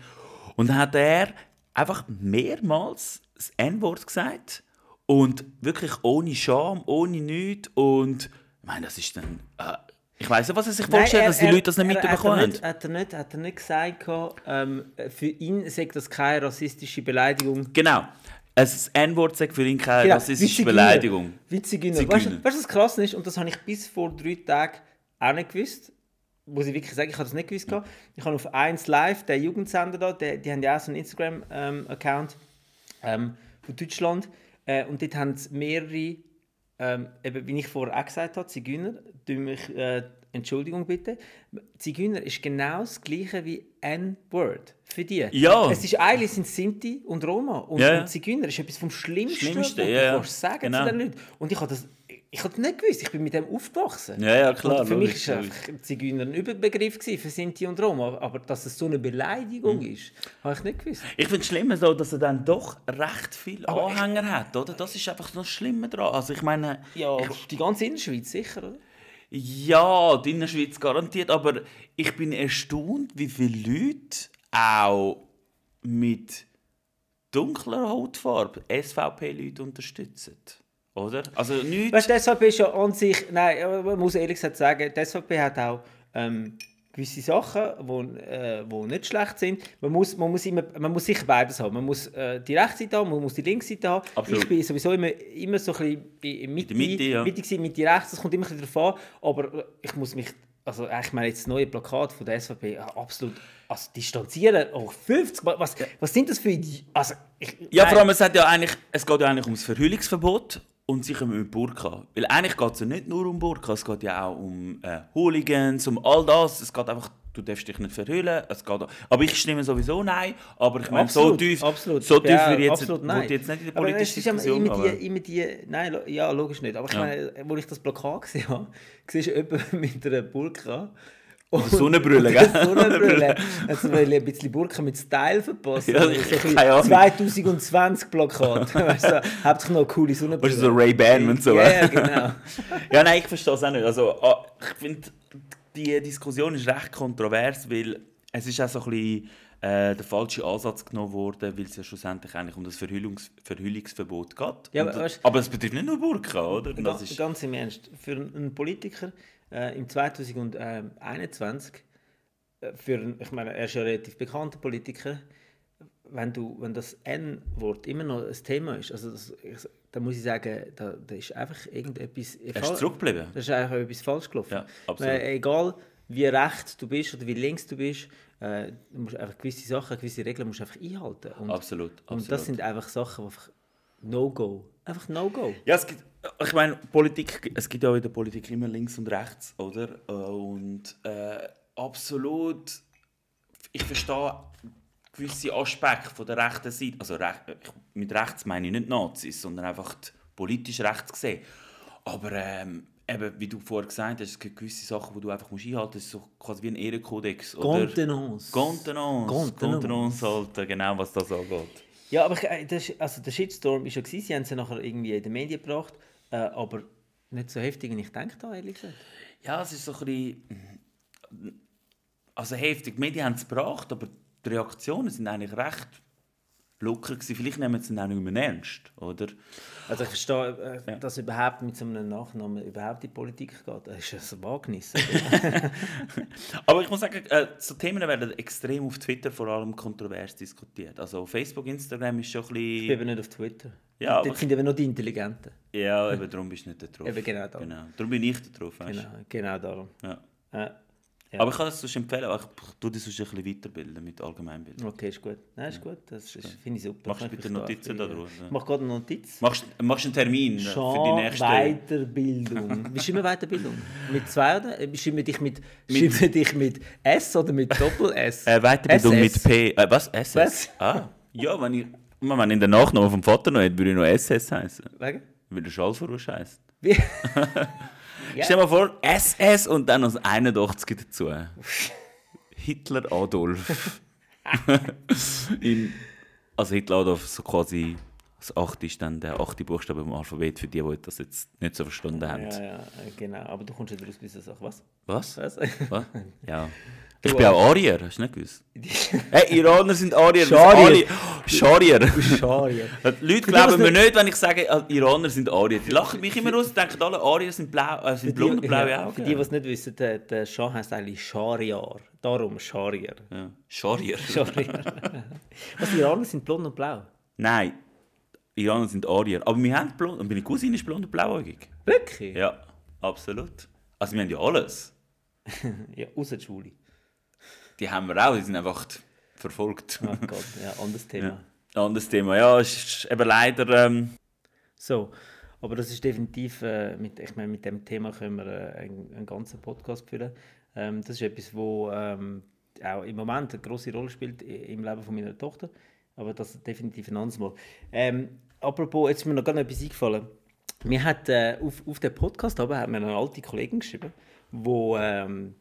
Und dann hat er einfach mehrmals das N-Wort gesagt und wirklich ohne Scham, ohne nichts und ich meine, das ist dann, äh, ich weiß nicht, was er sich Nein, vorgestellt er- hat, dass die er- Leute das nicht er- mitbekommen hat er haben. nicht, Hat er nicht, hat er nicht gesagt, gehabt, ähm, für ihn sei das keine rassistische Beleidigung? Genau, also das N-Wort sagt für ihn keine Genau, rassistische wie Zigeuner. Beleidigung. Wie Zigeuner. Zigeuner. Weißt du, weißt du, was krass ist? Und das habe ich bis vor drei Tagen auch nicht gewusst. Muss ich wirklich sagen, ich habe das nicht gewusst. gehabt. Ich habe auf 1 Live, der Jugendsender da, die, die haben ja auch so einen Instagram-Account ähm, von Deutschland. Äh, und dort haben es mehrere, ähm, eben, wie ich vorher auch gesagt habe, Zigeuner, tue mich, äh, Entschuldigung bitte. Zigeuner ist genau das gleiche wie N-Word für die. Ja. Es ist eigentlich sind Sinti und Roma. Und, Ja, ja. und Zigeuner ist etwas vom Schlimmsten, Schlimmste, was du ja, ja. kannst sagen Genau. zu den Leuten. Und ich habe das, ich- Ich habe nicht gewusst, ich bin mit dem aufgewachsen. Ja, ja, klar. und für mich logisch, war logisch. einfach Zigeuner ein Überbegriff gewesen für Sinti und Roma. Aber dass es so eine Beleidigung Mhm. ist, habe ich nicht gewusst. Ich finde es schlimmer so, dass er dann doch recht viele Aber ich- Anhänger hat, oder? Das ist einfach noch schlimmer dran. Also ich meine, Ja, die ganze Innerschweiz sicher, oder? ja, die Innerschweiz garantiert, aber ich bin erstaunt, wie viele Leute auch mit dunkler Hautfarbe SVP-Leute unterstützen. Oder? Also nichts... Weißt du, die SVP ist ja an sich, nein, aber man muss ehrlich gesagt sagen, die SVP hat auch ähm, gewisse Sachen, wo, äh, wo nicht schlecht sind. Man muss, man muss, immer, man muss sicher beides haben. Man muss äh, die Rechtsseite haben, man muss die Linksseite haben. Absolut. Ich bin sowieso immer, immer so ein bisschen in- in Mitte, der Mitte, ja. Mitte gewesen, Mitte rechts, das kommt immer ein bisschen drauf an. Aber ich muss mich, also ich meine jetzt das neue Plakat von der SVP, äh, absolut, also distanzieren, auch 50, Mal. was, was sind das für, Idi- also ich, Ja, nein. vor allem, es, hat ja eigentlich, es geht ja eigentlich ums Verhüllungsverbot und sie kommen mit Burka. Weil eigentlich geht es ja nicht nur um Burka, es geht ja auch um äh, Hooligans, um all das. Es geht einfach, du darfst dich nicht verhüllen. Es geht auch, aber ich stimme sowieso nein, aber ich meine, so Absolut, tief, absolut. so tief Ja, wird jetzt, absolut, wird nein. jetzt nicht in der Aber politischen es ist ja Diskussion. immer, Aber immer die, immer die, nein, lo- ja, logisch nicht. Aber ich Ja. meine, wo ich das Plakat gesehen habe, (laughs) siehst du jemanden (laughs) mit einer Burka. Und Sonnenbrille, und gell? (laughs) eine Sonnenbrille. Also, weil ich ein bisschen Burka mit Style verpasst. Ja, ich ich- so ein keine Ahnung. 2020 Plakat. (laughs) weißt du, hauptsächlich noch eine coole Sonnenbrille. Weißt du, so Ray-Ban und so. Ja, äh? ja, genau. ja, nein, ich verstehe es auch nicht. Also, ah, ich finde, die Diskussion ist recht kontrovers, weil es ist auch so ein bisschen äh, der falsche Ansatz genommen worden, weil es ja schlussendlich eigentlich um das Verhüllungs Verhüllungsverbot geht. Ja, Und- aber weißt- aber es betrifft nicht nur Burka, oder? Und Das ist, ganz im Ernst, für einen Politiker äh, im 2021, äh, für, einen- ich meine, er ist ja ein relativ bekannter Politiker, wenn, du, wenn das N-Wort immer noch ein Thema ist, also das, ich, dann muss ich sagen, da, da ist einfach irgendetwas... er ist zurückgeblieben. Da ist einfach etwas falsch gelaufen. Ja, absolut. Weil äh, egal wie rechts du bist oder wie links du bist, äh, du musst einfach gewisse Sachen, gewisse Regeln musst du einfach einhalten. Und, Absolut, Und absolut. das sind einfach Sachen, die einfach No-Go. Einfach No-Go. Ja, es gibt, äh, ich meine, Politik, es gibt ja auch in der Politik immer links und rechts, oder? Äh, Und äh, absolut, ich verstehe gewisse Aspekte von der rechten Seite, also rech, ich- mit rechts meine ich nicht Nazis, sondern einfach die politisch rechts gesehen. Aber ähm, eben, wie du vorher gesagt hast, es gibt gewisse Sachen, die du einfach musst einhalten musst, so quasi wie ein Ehrenkodex. oder? Contenance. Contenance. Contenance. Contenance, Alter, genau, was das angeht. Ja, aber ich, äh, das, ist- also der Shitstorm war ja, gewesen, sie haben es ja nachher irgendwie in den Medien gebracht, äh, aber nicht so heftig, wie ich gedacht habe, ehrlich gesagt. Ja, es ist so ein bisschen. mm, Also heftig. Die Medien haben es gebracht, aber die Reaktionen sind eigentlich recht locker. Gewesen. Vielleicht nehmen sie es dann auch nicht mehr ernst, oder? Also ich verstehe, äh, dass überhaupt mit so einem Nachnamen überhaupt in die Politik geht. Das ist (laughs) ein Wagnis. Aber ich muss sagen, äh, so Themen werden extrem auf Twitter vor allem kontrovers diskutiert. Also auf Facebook, Instagram ist schon ein Ich bin bisschen. eben nicht auf Twitter. Ja, aber- Dort sind eben nur die Intelligenten. Ja, eben darum bist du nicht da drauf. Eben genau da. Genau. Darum bin ich da drauf. Weißt? du. Genau, genau darum. Ja. Äh, Ja. Aber ich kann es sonst empfehlen, aber ich tue das sonst ein bisschen weiterbilden mit Allgemeinbildung. okay, ist gut. Nein, ist gut. Das ist- finde ich super. Machst Kann du ich bitte verstehen. Notizen da drauf, ja. Ich mache gerade eine Notiz. Machst, machst einen Termin für die Schon nächste. Weiterbildung. (laughs) Bist du immer Weiterbildung? Mit zwei oder? Äh, Bestimme dich mit, bestimme dich mit S oder mit (laughs) Doppel-S? Äh, Weiterbildung mit SS. P. Äh, was? SS? Was? Ah, ja, wenn ich, immer wenn ich den Nachnamen vom Vater noch hätte, würde ich noch SS heißen. Wegen? Weil der Schallverrusch heisst. Wie? Stell dir mal vor, SS und dann noch das 81 dazu. Hitler (laughs) Adolf. In, also Hitler Adolf, so quasi das 8 ist dann der 8. Buchstabe im Alphabet für die, die das jetzt nicht so verstanden haben. Ja, ja, äh, genau. Aber du kommst ja daraus bei dieser Sache. Was? Was? Was? (laughs) Was? Ja. Du Ich bin auch Arier, hast du nicht (laughs) gewusst? Hey, Iraner sind Arier. Scharier. Scharier. (laughs) Schade. Leute das glauben mir nicht- nicht, wenn ich sage, äh, Iraner sind Arier. Die lachen mich immer aus und denken, alle Arier sind, blau, äh, sind blond und blaue ja, Augen. für die, die es nicht wissen, der, der Schah heisst eigentlich Schariar. Darum Scharier. ja. Scharier. (laughs) Scharier. Was, die Iraner sind blond und blau? Nein, Iraner sind Arier. Aber wir haben blond. Und meine Cousine ist blond und blauäugig. Wirklich? Ja, absolut. Also wir haben ja alles. Ja, außer die Schwule. Die haben wir auch, die sind einfach verfolgt. Oh Gott, ja, anderes Thema. (laughs) Anderes Thema. Ja, es ist eben leider... Ähm, So, aber das ist definitiv, äh, mit, ich meine, mit dem Thema können wir äh, einen, einen ganzen Podcast führen. Ähm, das ist etwas, wo ähm, auch im Moment eine große Rolle spielt i- im Leben von meiner Tochter, aber das definitiv ein anderes Mal. Ähm, apropos, jetzt ist mir noch gar noch etwas eingefallen. Wir hat, äh, auf, auf den Podcast aber hat mir eine alte Kollegin geschrieben, wo, ähm,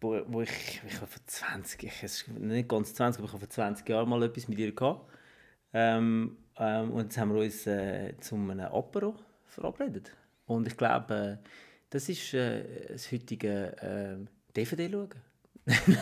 wo, wo ich, ich habe vor 20, ich, es ist nicht ganz 20, aber ich habe vor 20 Jahren mal etwas mit ihr gehabt. Ähm, ähm, und jetzt haben wir uns äh, zu einem Apero verabredet. Und ich glaube, äh, das ist äh, das heutige äh, DVD schauen. Also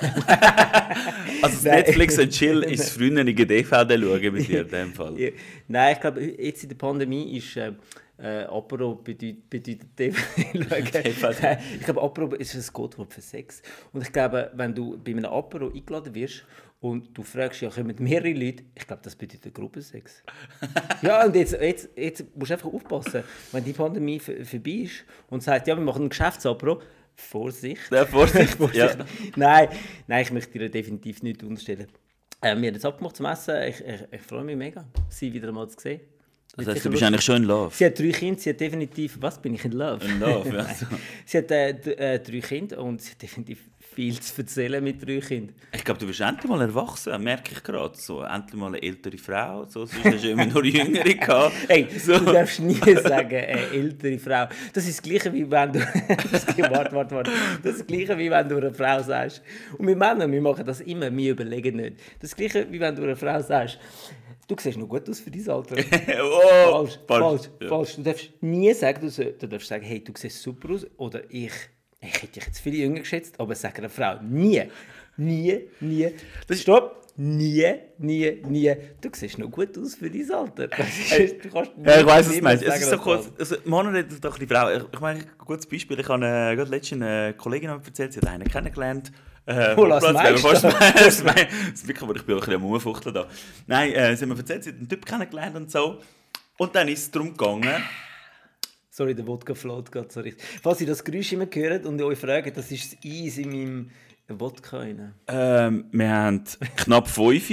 das Nein. Netflix und (laughs) Chill ist das frühere DVD schauen bei dir in dem Fall. Ja. Nein, ich glaube, jetzt in der Pandemie ist äh, äh, Apero bedeutet, bedeutet (laughs) DVD schauen. DVD. Nein, ich glaube, Apero ist ein Gottwort für Sex. Und ich glaube, wenn du bei einem Apero eingeladen wirst und du fragst, ja, kommen mehrere Leute, ich glaube, das bedeutet Gruppensex. ja, und jetzt, jetzt, jetzt musst du einfach aufpassen, wenn die Pandemie v- vorbei ist und sagt, ja, wir machen ein Geschäftsapero, (laughs) Vorsicht. Ja, Vorsicht, ja. Nein, nein, ich möchte dir definitiv nicht unterstellen. Äh, wir haben es abgemacht zum Essen. Ich, ich, ich freue mich mega, sie wieder mal zu sehen. Das heißt, du bist eigentlich schon in Love. Sie hat drei Kinder, sie hat definitiv. Was bin ich in Love? In Love, (laughs) ja. Sie hat äh, d- äh, drei Kinder und sie hat definitiv viel zu erzählen mit drei Kindern. Ich glaube, du bist endlich mal erwachsen, merke ich gerade. So, endlich mal eine ältere Frau. So, sonst hast du immer nur Jüngere (laughs) gehabt. (laughs) Hey, so. du darfst nie (laughs) sagen, äh, ältere Frau. Das ist das Gleiche, wie wenn du... (laughs) Das ist- warte, warte, warte. Das ist das Gleiche, wie wenn du einer Frau sagst. Und wir Männer, wir machen das immer, wir überlegen nicht. Das ist das Gleiche, wie wenn du einer Frau sagst, du siehst noch gut aus für dein Alter. oh, falsch, falsch, falsch. Ja. falsch. Du darfst nie sagen, du, soll- du darfst sagen, hey, du siehst super aus. Oder ich, ich hätte dich jetzt viel jünger geschätzt, aber sag einer Frau nie, nie, nie. Das Stopp! Nie, nie, nie. Du siehst noch gut aus für (laughs) dein Alter. du kannst Ja, ich weiß es niemals nicht. Es sagen, ist so dass kurz. Also, Mona redet doch ein bisschen Frau. Ich, ich meine, ein gutes Beispiel. Ich habe äh, gerade letztens eine Kollegin die mir erzählt, sie hat einen kennengelernt. Äh, Oh, lass Platz, wenn Meister. man (laughs) fast- das Mei- das Mikro, ich bin auch ein bisschen am Rumfuchteln da. Nein, äh, sie hat mir erzählt, sie hat einen Typ kennengelernt und so. Und dann ist es darum gegangen. Sorry, der Wodka float gerade so richtig. Falls ihr das Geräusch immer hört und ihr euch fragt, das ist das Eis in meinem Wodka rein. Ähm, wir haben knapp 5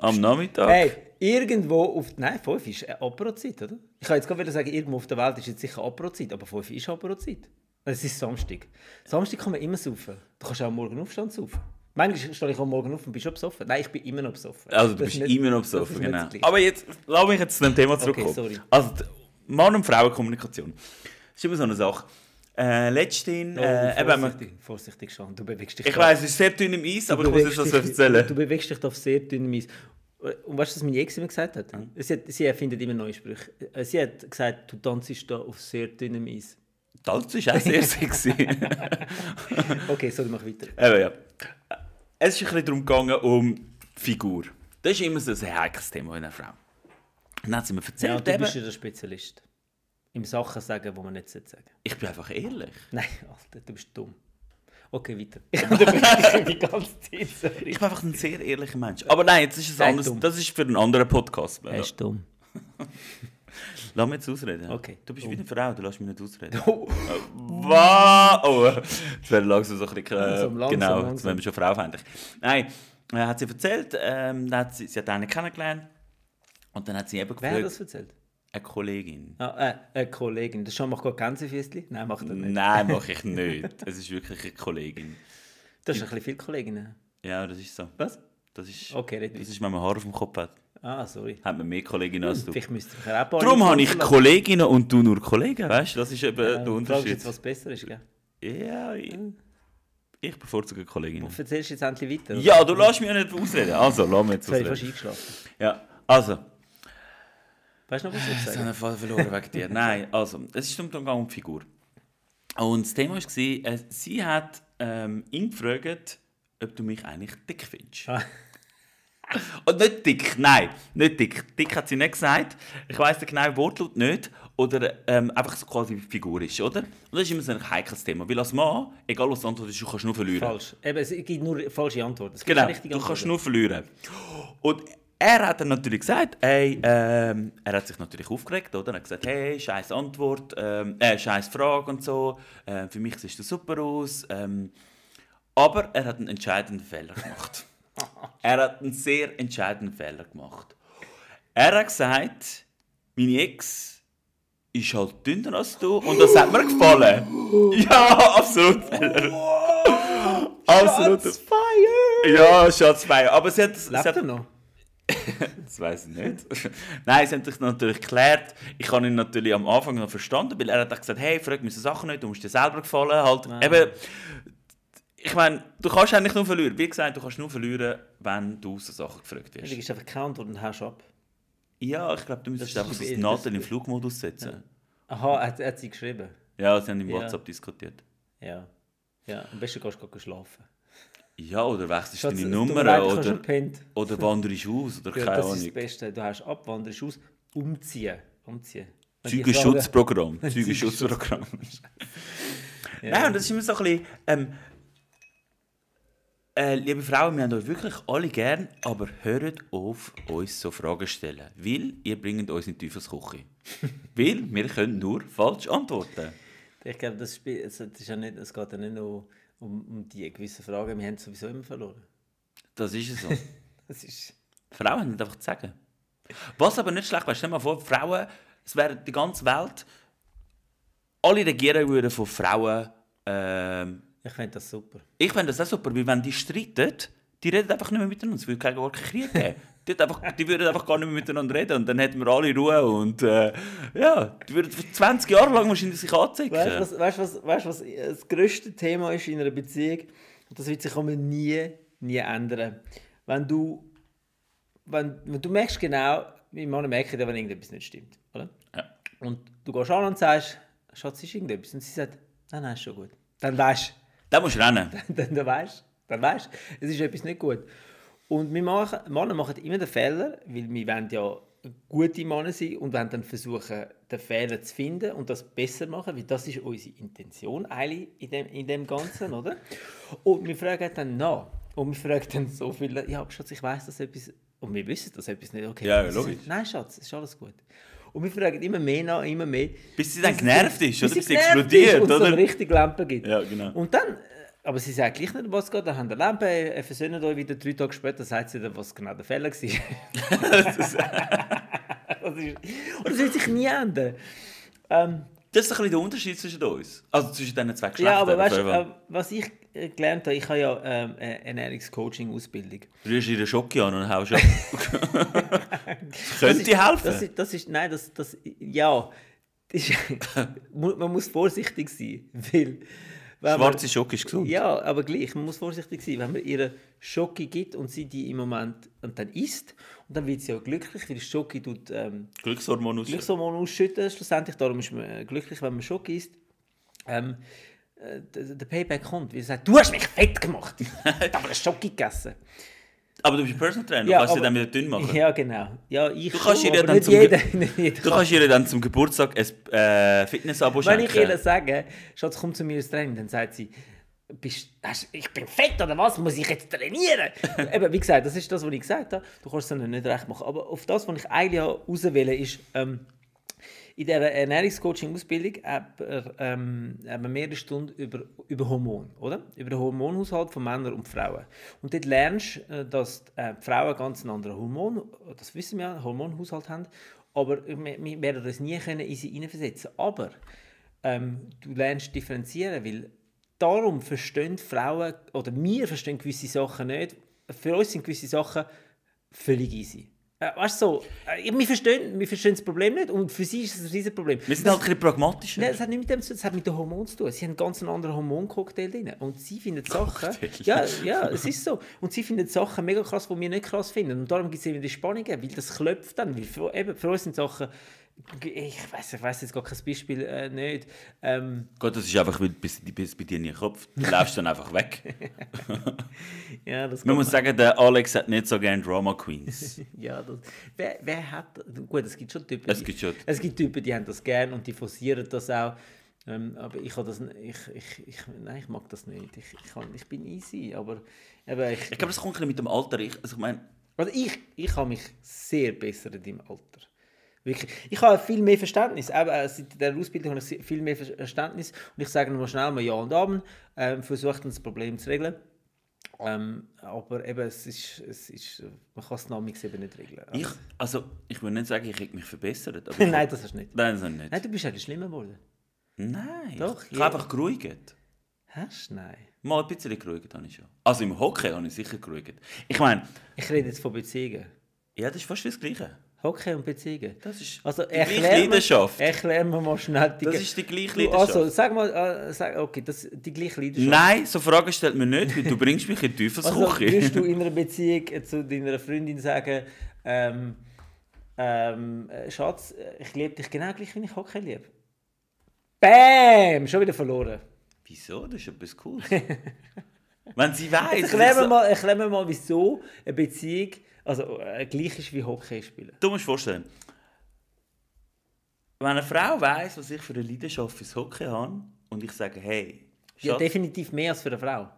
am Nachmittag. Hey, irgendwo auf. Nein, 5 ist äh, Apero-Zeit, oder? Ich kann jetzt gerade wieder sagen, irgendwo auf der Welt ist jetzt sicher Apero-Zeit, aber 5 ist Apero-Zeit. Es ist Samstag. Samstag kann man immer saufen. Du kannst auch am Morgen aufstehen saufen. Manchmal stehe ich am Morgen auf und bin schon besoffen. Nein, ich bin immer noch besoffen. Also du Das bist ist nicht- immer noch das besoffen, ist nicht genau. das Gleiche. Aber jetzt, lass mich jetzt zu dem Thema zurückkommen. sorry. Also die Mann- und Frauenkommunikation. Das ist immer so eine Sache. Äh, letztens, äh, eben, wir- vorsichtig, vorsichtig schon. Du bewegst dich ich gerade. weiss, es ist sehr dünn im Eis, aber ich muss bewegst jetzt das dich- Du erzählen. bewegst dich auf sehr dünnem Eis. Und weißt du, was meine Ex immer gesagt hat? Hm? Sie, hat, sie erfindet immer neue Sprüche. Äh, Sie hat gesagt, du tanzt da auf sehr dünnem Eis. Das war auch (laughs) sehr sexy. eben, Okay, sorry, mach weiter. ja. Es ist ein bisschen darum gegangen, um die Figur. Das ist immer so ein heikles Thema in einer Frau. Und dann hat sie mir Ja, erzählt, du eben, bist ja der Spezialist. Im Sachen sagen, die man nicht sagen (laughs) sollte. ich bin einfach ehrlich. Nein, Alter, du bist dumm. (laughs) Okay, weiter. Ich unterbreche dich die ganze Zeit, sorry. Ich bin einfach ein sehr ehrlicher Mensch. Aber nein, jetzt ist es Nein, anders. dumm. Das ist für einen anderen Podcast. Er ist dumm. Lass mich jetzt ausreden. Okay. Du bist wie eine Frau, du lässt mich nicht ausreden. Oh, Was? Oh, jetzt wäre langsam so ein bisschen... Äh, Langsam, langsam, genau, jetzt langsam. werden wir schon fraufeindlich. Nein, äh, hat sie erzählt, ähm, dann hat sie, sie hat einen kennengelernt und dann hat sie eben wer hat gefragt, das erzählt? eine Kollegin. Ah, äh, eine Kollegin. Das schon macht gerade Gänsefüßchen? Nein, macht er nicht. Nein, mache (laughs) ich nicht. Es ist wirklich eine Kollegin. Das ist ein bisschen viel Kolleginnen. Ja, das ist so. Was? Das ist, Okay, red das weiter. ist wenn man Haare auf dem Kopf hat. Ah, sorry. Hat man mehr Kolleginnen als du. Vielleicht müsste ich mir auch ein paar Darum habe ich Kolleginnen. Kolleginnen und du nur Kollegen, weißt du? Das ist eben der Äh, Du fragst jetzt, Unterschied. was besser ist, gell? Ja, ich, ich bevorzuge Kolleginnen. Du erzählst jetzt endlich weiter. oder? Ja, du lässt mich ja nicht ausreden. Also, lass mich jetzt Jetzt habe ich fast ausreden. eingeschlafen. Ja, also. Weißt du noch, was ich Jetzt gesagt habe habe? ich Fall verloren wegen dir. (laughs) Nein, also, es ist darum gegangen um die Figur. Und das Thema war, äh, sie hat ähm, ihn gefragt, ob du mich eigentlich dick findest. Ah. (laughs) Und nicht dick, nein, nicht dick. Dick hat sie nicht gesagt. Ich weiss den genauen Wortlaut nicht. Oder ähm, einfach so quasi figurisch, oder? Und das ist immer so ein heikles Thema. Weil als Mann, egal was die Antwort ist, du kannst nur verlieren. Falsch. Eben, es gibt nur falsche Antworten. Es gibt Genau, keine richtige du kannst Antworten. nur verlieren. Und er hat dann natürlich gesagt, hey, ähm, er hat sich natürlich aufgeregt, oder? Er hat gesagt, hey, scheiß Antwort, ähm, äh, scheiß Frage und so, äh, für mich siehst du super aus. Ähm, aber er hat einen entscheidenden Fehler (laughs) gemacht. er hat einen sehr entscheidenden Fehler gemacht. Er hat gesagt, meine Ex ist halt dünner als du und das hat mir (laughs) gefallen. ja, absolut Fehler. (laughs) absolut. Shots fired! Ja, Schatz, Aber sie hat, sie Lebt hat er noch? das weiß ich nicht. (laughs) Nein, sie haben sich natürlich geklärt. Ich habe ihn natürlich am Anfang noch verstanden, weil er hat auch gesagt, hey, frag mich so Sachen nicht, du musst dir selber gefallen. Halt, Ah. eben, ich meine, du kannst eigentlich nur verlieren. Wie gesagt, du kannst nur verlieren, wenn du so Sachen gefragt Du wirst. kriegst einfach keine Antwort und haust ab. Ja, ich glaube, du müsstest Das einfach so ist- das Nadel im Flugmodus setzen. Aha, hat, hat sie geschrieben. Ja, sie haben im Ja. WhatsApp diskutiert. Ja. Ja, am besten gehst du gerade schlafen. Ja, oder wechselst Schatz, deine es tut mir Nummer leid, ich habe schon oder, gepennt. oder wanderst aus oder Ja, keine das ist das Ahnung. Beste. Du hast ab, wanderst aus, umziehen. umziehen. Wenn die Frage- Zeugenschutzprogramm. (laughs) Zeugenschutzprogramm. Nein, und das ist immer so ein bisschen. Ähm, äh, liebe Frauen, wir haben euch wirklich alle gern, aber hört auf, uns so Fragen zu stellen. Weil ihr bringt uns in die Teufelsküche. (laughs) weil wir können nur falsch antworten. Ich glaube, das Spiel, es, es, ist ja nicht, es geht ja nicht nur um, um die gewissen Fragen. Wir haben sowieso immer verloren. Das ist es so. Das ist... Frauen haben nicht einfach zu sagen. Was aber nicht schlecht wäre, stell dir mal vor, Frauen, es wäre die ganze Welt, alle Regierungen würden von Frauen. Ähm, Ich finde das super. Ich finde das auch super, weil wenn die streiten, die reden einfach nicht mehr miteinander. Es würde keinen gar keinen Krieg (laughs) geben. Die, hätten einfach, die würden einfach gar nicht mehr miteinander reden und dann hätten wir alle Ruhe und äh, ja, die würden für 20 Jahre lang wahrscheinlich sich anzicken. Weißt du, was, weißt, du, was, weißt, du, was das grösste Thema ist in einer Beziehung? Und das wird sich immer nie, nie ändern. Wenn du, wenn, wenn du merkst genau, wie Männer merken, wenn irgendetwas nicht stimmt. Oder? Ja. Und du gehst an und sagst, Schatz, ist irgendetwas? Und sie sagt, nein, nein, ist schon gut. Dann weißt Da musst du rennen. du, (laughs) dann, dann weißt dann weißt es ist etwas nicht gut. Und wir machen, Männer machen immer den Fehler, weil wir wollen ja gute Männer sein und wollen dann versuchen, den Fehler zu finden und das besser machen, weil das ist unsere Intention eigentlich in dem, in dem Ganzen, oder? Und wir fragen dann nach. Und wir fragen dann so viele, ja, Schatz, ich weiß, dass etwas... Und wir wissen, dass etwas nicht okay Ja, ja, ist. logisch. Nein, Schatz, es ist alles gut. Und wir fragen immer mehr nach, immer mehr. Bis sie dann genervt ist, oder? Bis sie genervt explodiert, ist und So oder? eine richtige Lampe gibt. Ja, (laughs) genau. Und dann, äh, aber sie sagt gleich nicht, um was geht, dann haben die Lampe, äh, versöhnen euch wieder drei Tage später, sagt sie dann, was genau der Fehler war. (laughs) das ist, und das wird sich nie ändern. Ähm, Das ist ein bisschen der Unterschied zwischen uns. Also zwischen diesen zwei Geschlechtern. ja, aber weißt du, auf jeden Fall. äh, was ich äh, gelernt habe, ich habe ja ähm, eine Ernährungscoaching-Ausbildung. Du rührst ihren Schocke an und haust (laughs) ab. Könnte Das ist- helfen. Das ist, das ist, nein, das, das, ja. Das Ist, mu- man muss vorsichtig sein, weil... wenn man- Schwarze Schocke ist gesund. Ja, aber gleich, man muss vorsichtig sein, wenn man ihr Schocke gibt und sie die im Moment und dann isst und dann wird sie ja glücklich, weil Schocke tut ähm, Glückshormon aus. Glückshormone ausschütten schlussendlich, darum ist man äh, glücklich, wenn man Schocke isst. Ähm, äh, d- der Payback kommt, weil er sagt, du hast mich fett gemacht, (laughs) ich habe aber eine Schocke gegessen. Aber du bist Personal Trainer, du Ja, kannst sie aber- dann wieder dünn machen. Ja, genau. Ja, ich Du kannst schon, ihr ja aber dann nicht zum Ge- jeder, (laughs) nicht jeder Du kann. kannst ihr dann zum Geburtstag ein äh, Fitness-Abo Wenn ich ihr schenken. sage, Schatz, komm zu mir ins Training, dann sagt sie, bist, hast, ich bin fett oder was, muss ich jetzt trainieren? Eben, wie gesagt, das ist das, was ich gesagt habe. Du kannst es ihnen nicht recht machen. Aber auf das, was ich eigentlich raus will, ist, ähm, in dieser Ernährungscoaching-Ausbildung hat er, ähm, haben wir mehrere Stunden über, über Hormone, oder? Über den Hormonhaushalt von Männern und Frauen. Und dort lernst du, äh, dass äh, die Frauen ganz einen anderen Hormon, das wissen wir ja, einen Hormonhaushalt haben, aber wir, wir werden das nie können in sie hineinversetzen. Aber ähm, du lernst differenzieren, weil darum verstehen Frauen, oder wir verstehen gewisse Sachen nicht. Für uns sind gewisse Sachen völlig easy. Äh, weißt du, so, äh, wir, verstehen, wir verstehen das Problem nicht und für sie ist es ein riesen Problem. Wir sind halt ein bisschen pragmatischer. Nein, das hat nicht mit dem zu tun, das hat mit den Hormonen zu tun. Sie haben einen ganz anderen Hormoncocktail drin. Und sie finden Sachen. Cocktail. Ja, ja, es ist so. Und sie finden Sachen mega krass, die wir nicht krass finden. Und darum gibt es eben die Spannungen, weil das klopft dann. Weil für, eben, für uns sind Sachen. Ich weiß ich weiß jetzt gar kein Beispiel äh, nicht. Ähm, Gott, das ist einfach, weil bis, bis bei dir nie (laughs) Kopf. Du läufst dann einfach weg. ja, das Man muss sagen, der Alex hat nicht so gerne Drama Queens. Ja, das, wer, wer hat. Gut, es gibt schon Typen. Es die- gibt schon- Es gibt Typen, die haben das gern und die forcieren das auch. Ähm, aber ich kann das n- ich, ich, ich, nein, ich mag das nicht. Ich, ich, kann, ich bin easy, aber eben, ich, Ich glaube, das kommt ein bisschen mit dem Alter. Ich, also ich meine, also ich, ich habe mich sehr bessert im Alter. Wirklich. Ich habe viel mehr Verständnis. Eben, äh, seit der Ausbildung habe ich viel mehr Ver- Verständnis. Und ich sage nur schnell mal Ja und Abend, ähm, versuche dann das Problem zu regeln. Ähm, aber eben, es ist, es ist, man kann es namens eben nicht regeln. ich, also, ich will nicht sagen, ich hätte mich verbessert. (laughs) Aber ich Nein, das hast du nicht. Nein, das habe ich nicht. Nein, du bist eigentlich schlimmer geworden. Nein, Doch, ich ja. habe einfach geruhigt. Hast du? Nein. Mal ein bisschen geruhigt habe ich schon. Also im Hockey habe ich sicher geruhigt. Ich meine, Ich rede jetzt von Beziehungen. Ja, das ist fast wie das Gleiche. Hockey und Beziehungen. Das ist Also die gleiche erklär mir- Leidenschaft. Erklär mir mal schnell die Das Ge- ist die gleiche Du, Leidenschaft. Also, sag mal, äh, sag, okay, das, die gleiche Leidenschaft. Nein, so Fragen stellt man nicht, weil du bringst mich in die Also, Teufelsküche. würdest (laughs) du in einer Beziehung äh, zu deiner Freundin sagen, ähm, ähm, äh, Schatz, äh, ich liebe dich genau gleich, wie ich Hockey liebe? Bäm! Schon wieder verloren. Wieso? Das ist etwas (laughs) Cooles. Wenn sie weiss, Erklär dass mir ich- mal, erklär mir mal, wieso eine Beziehung also, äh, gleich ist wie Hockey spielen. Du musst dir vorstellen, wenn eine Frau weiss, was ich für eine Leidenschaft fürs Hockey habe, und ich sage, hey, Ja, Schatz, definitiv mehr als für eine Frau.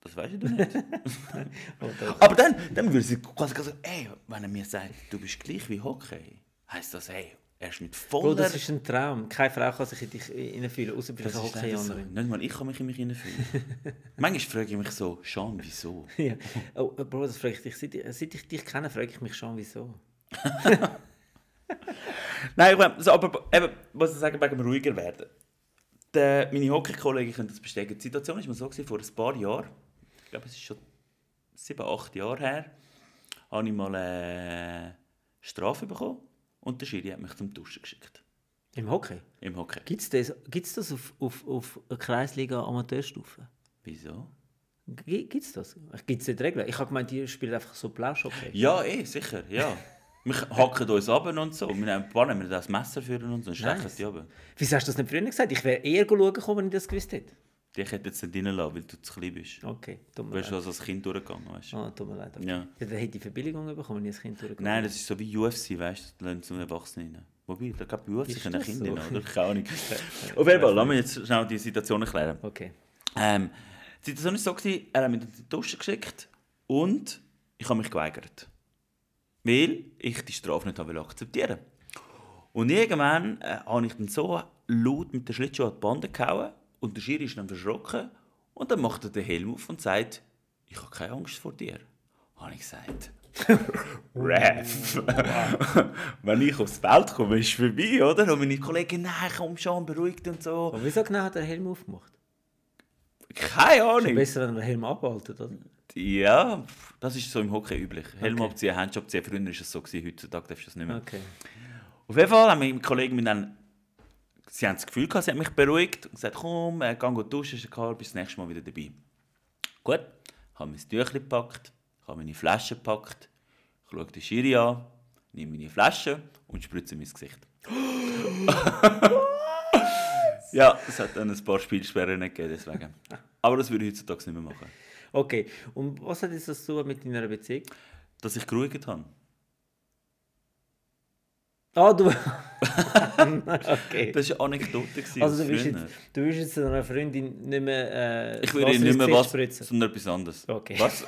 das weißt du nicht. (laughs) Oh, doch. Aber dann, dann würde sie quasi sagen, ey, wenn er mir sagt, du bist gleich wie Hockey, heisst das, hey, er ist nicht voller... Bro, das ist ein Traum. Keine Frau kann sich in dich hineinfühlen, außer bei einer Das ist leider so. Hockey-Janerin. Nicht mal ich kann mich in mich hineinfühlen. (laughs) Manchmal frage ich mich so, Sean, wieso? Ja. Oh, äh, Bro, das frage ich dich. Seit, ich- seit ich dich kenne, frage ich mich schon, wieso. Nein, ich meine, so, aber eben, muss ich sagen, wegen dem ruhiger werden. Der, meine Hockey-Kollegen können das bestätigen. Die Situation war mal so, gewesen, vor ein paar Jahren, ich glaube, es ist schon sieben, acht Jahre her, habe ich mal eine Strafe bekommen und der Schiri hat mich zum Duschen geschickt. Im Hockey? Im Hockey. Gibt es das, gibt's das auf, auf, auf Kreisliga-Amateurstufe? Wieso? Gibt es das? Gibt es nicht Regeln? Ich habe gemeint, die spielen einfach so Plausch-Hockey. Ja, eh, sicher, ja. Wir hacken uns ab und so. Wir nehmen ein paar nehmen das Messer für uns und stechen Nice. die runter. Wieso hast du das nicht früher gesagt? Ich wäre eher schauen gekommen, wenn ich das gewusst hätte. Dich hätte jetzt nicht reinlassen, weil du zu klein bist. Okay, tut Du mir bist leid. schon als Kind durchgegangen, weißt du? Ah, tut mir leid. Okay. Ja. Dann hätte ich Verbilligung bekommen, wenn ich das Kind durchgekommen Nein, das ist so wie UFC, weißt du, lernt zum Erwachsenen rein. Wobei, da gab UFC Ist keine das Kinder, so? oder? Keine Ahnung. Auf jeden Fall, lass mich jetzt schnell die Situation erklären. Okay. Ähm, die Situation war so, gewesen, er hat mich in die Dusche geschickt und ich habe mich geweigert. Weil ich die Strafe nicht habe akzeptieren wollte. Und irgendwann äh, habe ich dann so laut mit der Schlittschuhe an die Bande gehauen und der Schiri ist dann verschrocken und dann macht er den Helm auf und sagt, ich habe keine Angst vor dir. Habe ich gesagt, (laughs) Ref, (laughs) wenn ich aufs Feld komme, ist es vorbei, oder? Und meine Kollegen, nein, komm schon, beruhigt und so. Aber wieso genau hat er den Helm aufgemacht? Keine Ist Ahnung. Besser, wenn er den Helm abhaltet, oder? Ja, pff, das ist so im Hockey üblich. Helm Okay. abziehen, Handschuhe abziehen. Früher war es so, gewesen, heutzutage darfst du das nicht mehr. Okay. Auf jeden Fall haben meine Kollegen mich dann... Sie haben das Gefühl gehabt, sie haben mich beruhigt und gesagt, komm, äh, geh gut duschen, ist klar, bist das nächste Mal wieder dabei. Gut, ich habe mein Tüchlein gepackt, ich habe meine Flasche gepackt, ich schaue den Schiri an, nehme meine Flasche und spritze mein (laughs) Gesicht. ja, es hat dann ein paar Spielsperren nicht gegeben, deswegen. Aber das würde ich heutzutage nicht mehr machen. Okay, und was hat jetzt das zu tun mit deiner Beziehung? Dass ich geruhigt habe. Ah, (laughs) du. okay. Das war eine Anekdote. gewesen Also, aus du bist, früher. jetzt, du bist jetzt einer Freundin nicht mehr. Äh, Ich würde Wasser nicht mehr ins Gesicht was, spritzen. sondern etwas anderes. Okay. (laughs) Was?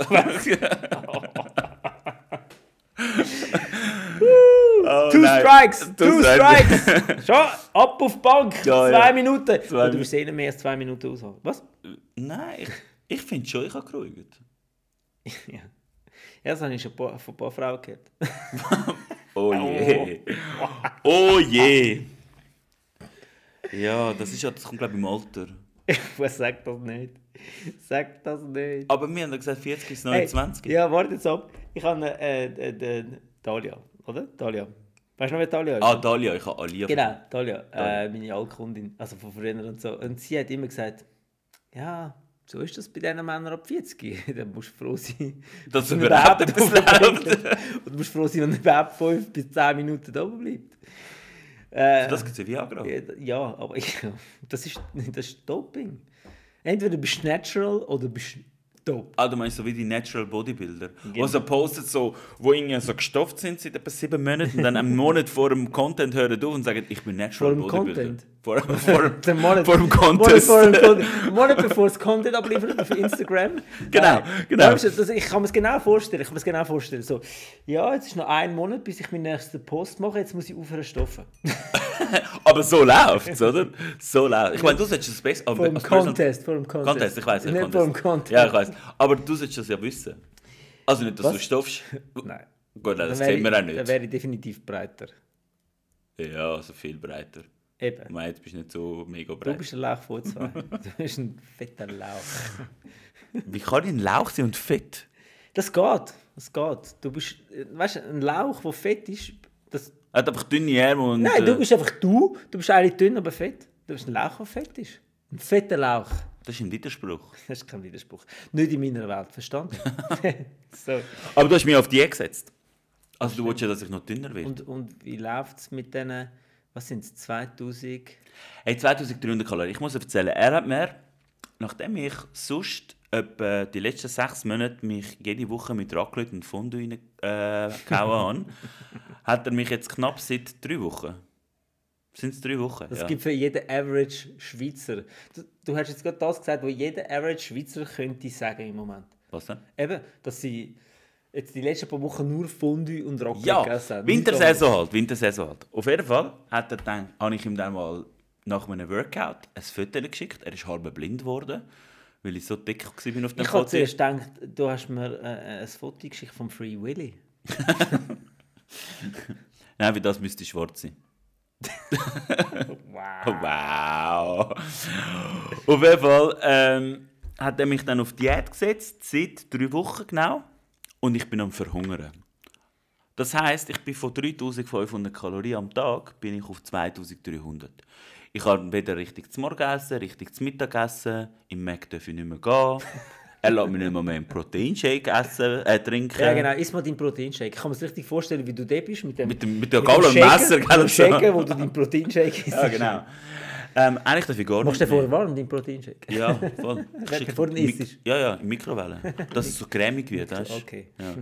oh, Two nein. Strikes! Das Two sagt- (laughs) Strikes! Schon ab auf die Bank! Ja, zwei ja. Minuten! Zwei Und du wirst eh nicht mehr als zwei Minuten aushalten. Was? (laughs) Nein, ich, ich finde schon, ich habe geruhigt. ja. ja, das habe ich schon paar, von ein paar Frauen gehört. (laughs) Oh je. Oh je. Ja, das ist ja, das kommt glaube ich im Alter. Was sagt das nicht? Sag das nicht. Aber wir haben ja gesagt 40 bis Hey, 29. Ja, warte jetzt ab. Ich habe äh, äh, äh, Talia, oder? Talia. Weißt du noch, wer Talia ist? Ah, Dalia, ich habe Alia. Genau, Talia, äh, meine Altkundin, also von früher und so. Und sie hat immer gesagt, ja, so ist das bei diesen Männern ab (laughs) 40. Dann musst du froh sein, Dass wenn überhaupt etwas oben läuft. bleibt. (laughs) Und du musst froh sein, wenn überhaupt 5 bis 10 Minuten da oben bleibt. Äh, Das gibt es ja Viagra. ja, d- ja, aber das, ist, das ist Doping. Entweder bist du natural oder bist du dope. Ah, du meinst so wie die Natural Bodybuilder, Genau. die so posten, so, wo irgendwie so gestofft sind seit etwa sieben Monaten und dann einen Monat vor dem Content hören auf und sagen, ich bin Natural Vor dem Bodybuilder. Content? Vor, (laughs) vor, Der Monat, vor dem Monat, Contest. vor dem Content. Monat bevor es Content abliefert auf Instagram. Genau, genau. glaubst du, das, ich kann mir es genau vorstellen. Ich kann mir es genau vorstellen. So, ja, jetzt ist noch ein Monat, bis ich meinen nächsten Post mache. Jetzt muss ich aufhören stoffen. (laughs) Aber so läuft's, oder? So läuft Ich meine, du solltest das besser... Vor dem Contest, vor dem Contest. Also, Contest, ich weiß. Nicht vor dem Contest. Ja, ich weiß. Aber du solltest das ja wissen. Also nicht, dass Was? du stoffst. Nein. Gut, nein, das Dann wäre sehen wir auch ich- Dann nicht. wäre ich definitiv breiter. Ja, also viel breiter. Eben. Nein, jetzt bist du nicht so mega Du breit. bist ein Lauch von (laughs) zwei. Du bist ein fetter Lauch. Wie kann ein Lauch sein und fett? Das geht. Es geht. Du bist, äh, weißt du, ein Lauch, der fett ist, das, Er hat einfach dünne Arme und... nein, du äh, bist einfach du. Du bist eigentlich dünn, aber fett. Du bist ein Lauch, der fett ist. Ein fetter Lauch. (laughs) Das ist ein Widerspruch. Das ist kein Widerspruch. Nicht in meiner (laughs) Welt, verstanden? so. Aber du hast mich auf die gesetzt. Also du willst ja, dass ich noch dünner werde. und, und wie läuft es mit diesen, was sind es, 2000? Hey, 2300 Kalorien. Ich muss euch erzählen, er hat mir, nachdem ich sonst etwa die letzten sechs Monate mich jede Woche mit Raclette und Fondue reingehauen äh, (laughs) gehauen habe, hat er mich jetzt knapp seit drei Wochen. Sind es drei Wochen? Es ja. gibt für jeden Average Schweizer. Du, du hast jetzt gerade das gesagt, was jeder Average Schweizer könnte sagen im Moment. Was denn? Eben, dass sie jetzt die letzten paar Wochen nur Fondue und Raclette gegessen Ja, haben. Wintersaison halt, Wintersaison halt. Auf jeden Fall hat er dann, habe ich ihm dann mal nach meinem Workout ein Foto geschickt. Er ist halb blind geworden, weil ich so dick war auf dem Ich habe zuerst gedacht, du hast mir äh, ein Foto geschickt vom Free Willy. Nein, wie das müsste schwarz sein. Wow. (laughs) Wow! Auf jeden Fall ähm, hat er mich dann auf Diät gesetzt, seit drei Wochen genau. Und ich bin am Verhungern. Das heißt, ich bin von 3500 Kalorien am Tag bin ich auf 2300. Ich habe weder richtig zum Morgen essen, richtig zum Mittag essen, im Mac darf ich nicht mehr gehen. Er lässt mich nicht mal mehr einen Proteinshake essen, äh, trinken. Ja genau, isst mal deinen Proteinshake. Ich kann mir das richtig vorstellen, wie du da bist mit dem... Mit dem- mit der Gabel und Messer, gell, Shaker, mit dem so. Shaker, wo du deinen Proteinshake isst. Ja, genau. Ähm, eigentlich darf ich gar Machst du nicht dir mehr. vorher warm, deinen Proteinshake? Ja, (laughs) voll. Ich schick- bevor du ihn Mik- isst. Ja, ja, in Mikrowelle. Dass es so cremig wird, weißt du? Okay. Ja.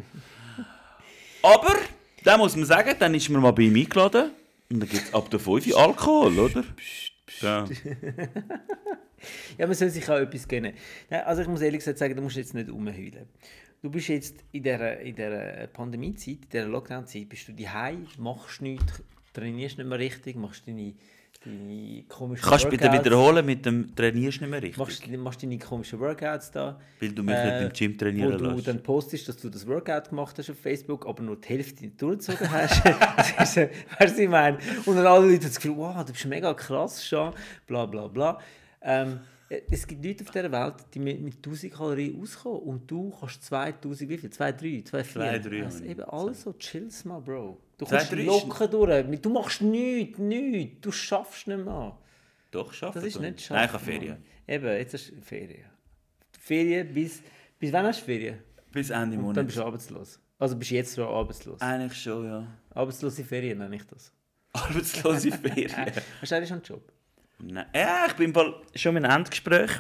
Aber, da muss man sagen, dann ist man mal bei ihm eingeladen und dann gibt es ab der 5 Uhr Alkohol, oder? Ja. Ja, man soll sich auch etwas gönnen. Nein, also ich muss ehrlich gesagt sagen, du musst jetzt nicht rumheulen. Du bist jetzt in dieser, in dieser Pandemiezeit, in dieser Lockdown-Zeit, bist du daheim, machst nichts, trainierst nicht mehr richtig, machst deine, deine komischen Kannst du bitte Workouts, wiederholen mit dem Trainierst nicht mehr richtig? also- Machst, machst deine komischen Workouts da. Äh, Weil du mich nicht im Gym trainieren Wo du lässt. dann postest, dass du das Workout gemacht hast auf Facebook, aber nur die Hälfte durchgezogen hast. (laughs) Das ist, äh, weißt du, was ich meine? Und dann alle Leute das Gefühl, wow, du bist mega krass schon, bla bla bla. Ähm, äh, es gibt Leute auf dieser Welt, die mit, mit 1000 Kalorien auskommen und du kannst 2000, wie viel? 2, 3, 2, 4? Zwei, drei, Also Mann. eben alles so, chills mal, Bro. Du Zwei, kommst drei ist- locker durch, mit- du machst nichts, nichts, du schaffst nicht mehr. Doch, schaffen Das ist nicht Nein, ich schaffen. habe Ferien. Mann. Eben, jetzt hast du Ferien. Ferien bis, bis wann hast du Ferien? Bis Ende Dann Monat. bist du arbeitslos. Also bist du jetzt schon arbeitslos. Eigentlich schon, ja. (laughs) Arbeitslose Ferien nenne ich das. Arbeitslose Ferien. Hast du eigentlich schon einen Job? Nein. Ja, ich bin bald schon im Endgespräch.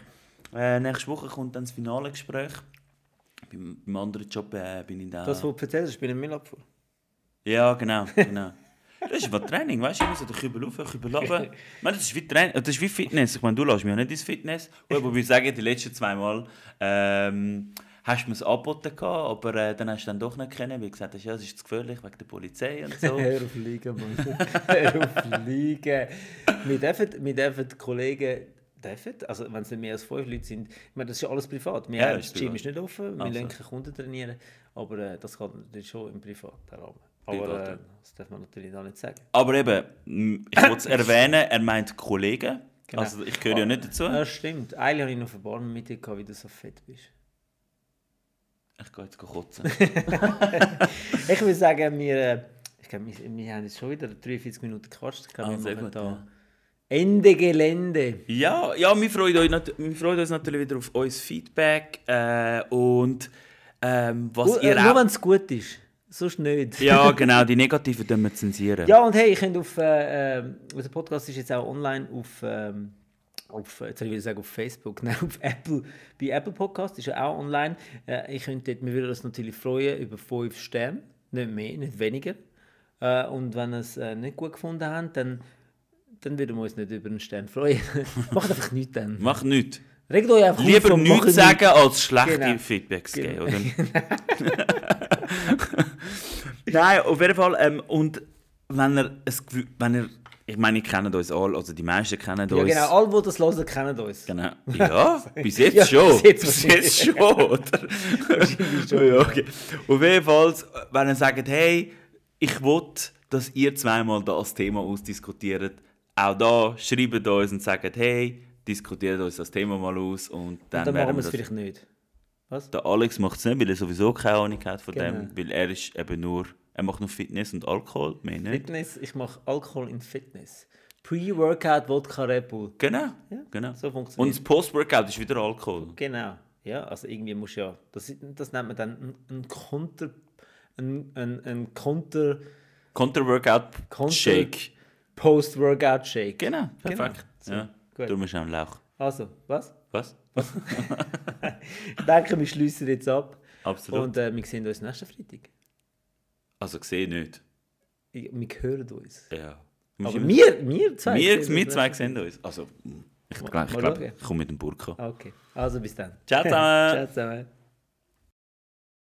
Äh, nächste Woche kommt dann das finale Gespräch. Beim, beim anderen Job äh, bin ich da. Das, was du erzählst, ist bei einem Müllabfuhr. ja, genau, genau. Das ist mal Training, weißt du? Ich muss den Kübel rauf, den Kübel runter. (laughs) Ich meine, das ist wie Training, das ist wie Fitness. Ich meine, du lässt mich ja nicht ins Fitness. Gut, aber wir sagen, die letzten zwei Mal ähm, hast du mir es angeboten, gehabt, aber äh, dann hast du dann doch nicht kennen, weil du gesagt hast, ja, es ist zu gefährlich wegen der Polizei und so. (laughs) Hör auf liegen, Mann. Hör (laughs) auf liegen. Wir dürfen, wir dürfen die Kollegen... Dürfen? Also wenn es nicht mehr als fünf Leute sind. Ich meine, das ist ja alles privat. Wir Ja, haben, ist das Gym privat. ist nicht offen, wir Also. lassen keine Kunden trainieren. Aber äh, das geht natürlich schon im privaten Rahmen. Aber Privat, ja. äh, das darf man natürlich auch nicht sagen. Aber eben, m, ich wollte es erwähnen, er meint Kollegen. Genau. Äh. Also ich gehöre ja nicht dazu. Ja, stimmt. Eigentlich habe ich noch verborgen mit dir, gehabt, wie du so fett bist. Ich gehe jetzt kotzen. Ich würde sagen, wir, äh, ich glaub, wir, wir haben jetzt schon wieder 43 Minuten gequatscht. Ich glaub, Ah, wir sehr machen gut, da ja. Ende Gelände. Ja, ja wir, freuen euch, nat- wir freuen uns natürlich wieder auf euer Feedback äh, und ähm, was Nur, ihr Oh, äh, nur auch... wenn es gut ist, sonst (laughs) nicht. Ja, genau, die Negativen dürfen wir zensieren. Ja, und hey, ihr könnt auf, äh, äh, unser Podcast ist jetzt auch online auf, ähm, auf äh, jetzt würde ich sagen auf Facebook, (laughs) nein, auf Apple, bei Apple Podcast ist ja auch online. Äh, ihr könnt dort, wir würden uns natürlich freuen über 5 Sterne, nicht mehr, nicht weniger. Äh, und wenn ihr es äh, nicht gut gefunden habt, dann, dann würden wir uns nicht über einen Stern freuen. (laughs) Macht einfach nichts dann. Macht nichts. Regt euch einfach auf Lieber und macht nichts nichts. sagen, als schlechte Genau. Feedbacks Genau. (laughs) geben, oder? (laughs) Nein, auf jeden Fall. Ähm, und wenn ihr, ein, Gefühl- wenn ihr... Ich meine, ihr kennt uns alle, also die meisten kennen Ja, uns. genau, alle, die das hören, kennen uns. Genau. (laughs) Ja, bis jetzt Ja, schon. bis jetzt Bis jetzt schon, (laughs) oder? ja, okay. Auf jeden Fall, wenn ihr sagt, hey, ich will, dass ihr zweimal das Thema ausdiskutiert, auch da schreibt uns und sagt, hey, diskutiert uns das Thema mal aus und dann, Dann werden machen wir wir es das. vielleicht nicht. Was? Der Alex macht es nicht, weil er sowieso keine Ahnung hat von Genau. dem, weil er ist eben nur, er macht nur Fitness und Alkohol, mehr nicht. Fitness, ich mache Alkohol in Fitness. Pre-Workout Wodka Red Bull. Genau, Ja, genau. so und funktioniert das Post-Workout ist wieder Alkohol. Genau. Ja, also irgendwie muss ja. Das, das nennt man dann ein- ein Konter. Ein, ein, ein Konter. Counter-Workout-Shake. Post-Workout-Shake. Genau, perfekt. So, Ja. gut. Darum ist er am Lauch. Also, was? (laughs) Was? Ich denke, wir schließen jetzt ab. Absolut. Und äh, wir sehen uns nächsten Freitag. Also gesehen nicht. Ich- Wir hören uns. Ja. Aber wir, wir zwei. wir, sehen wir uns zwei nächsten- sehen uns. Also, ich glaube, ich, mal glaub, schauen. ich komme mit dem Burka. Okay, also bis dann. (laughs) Ciao zusammen. Ciao zusammen.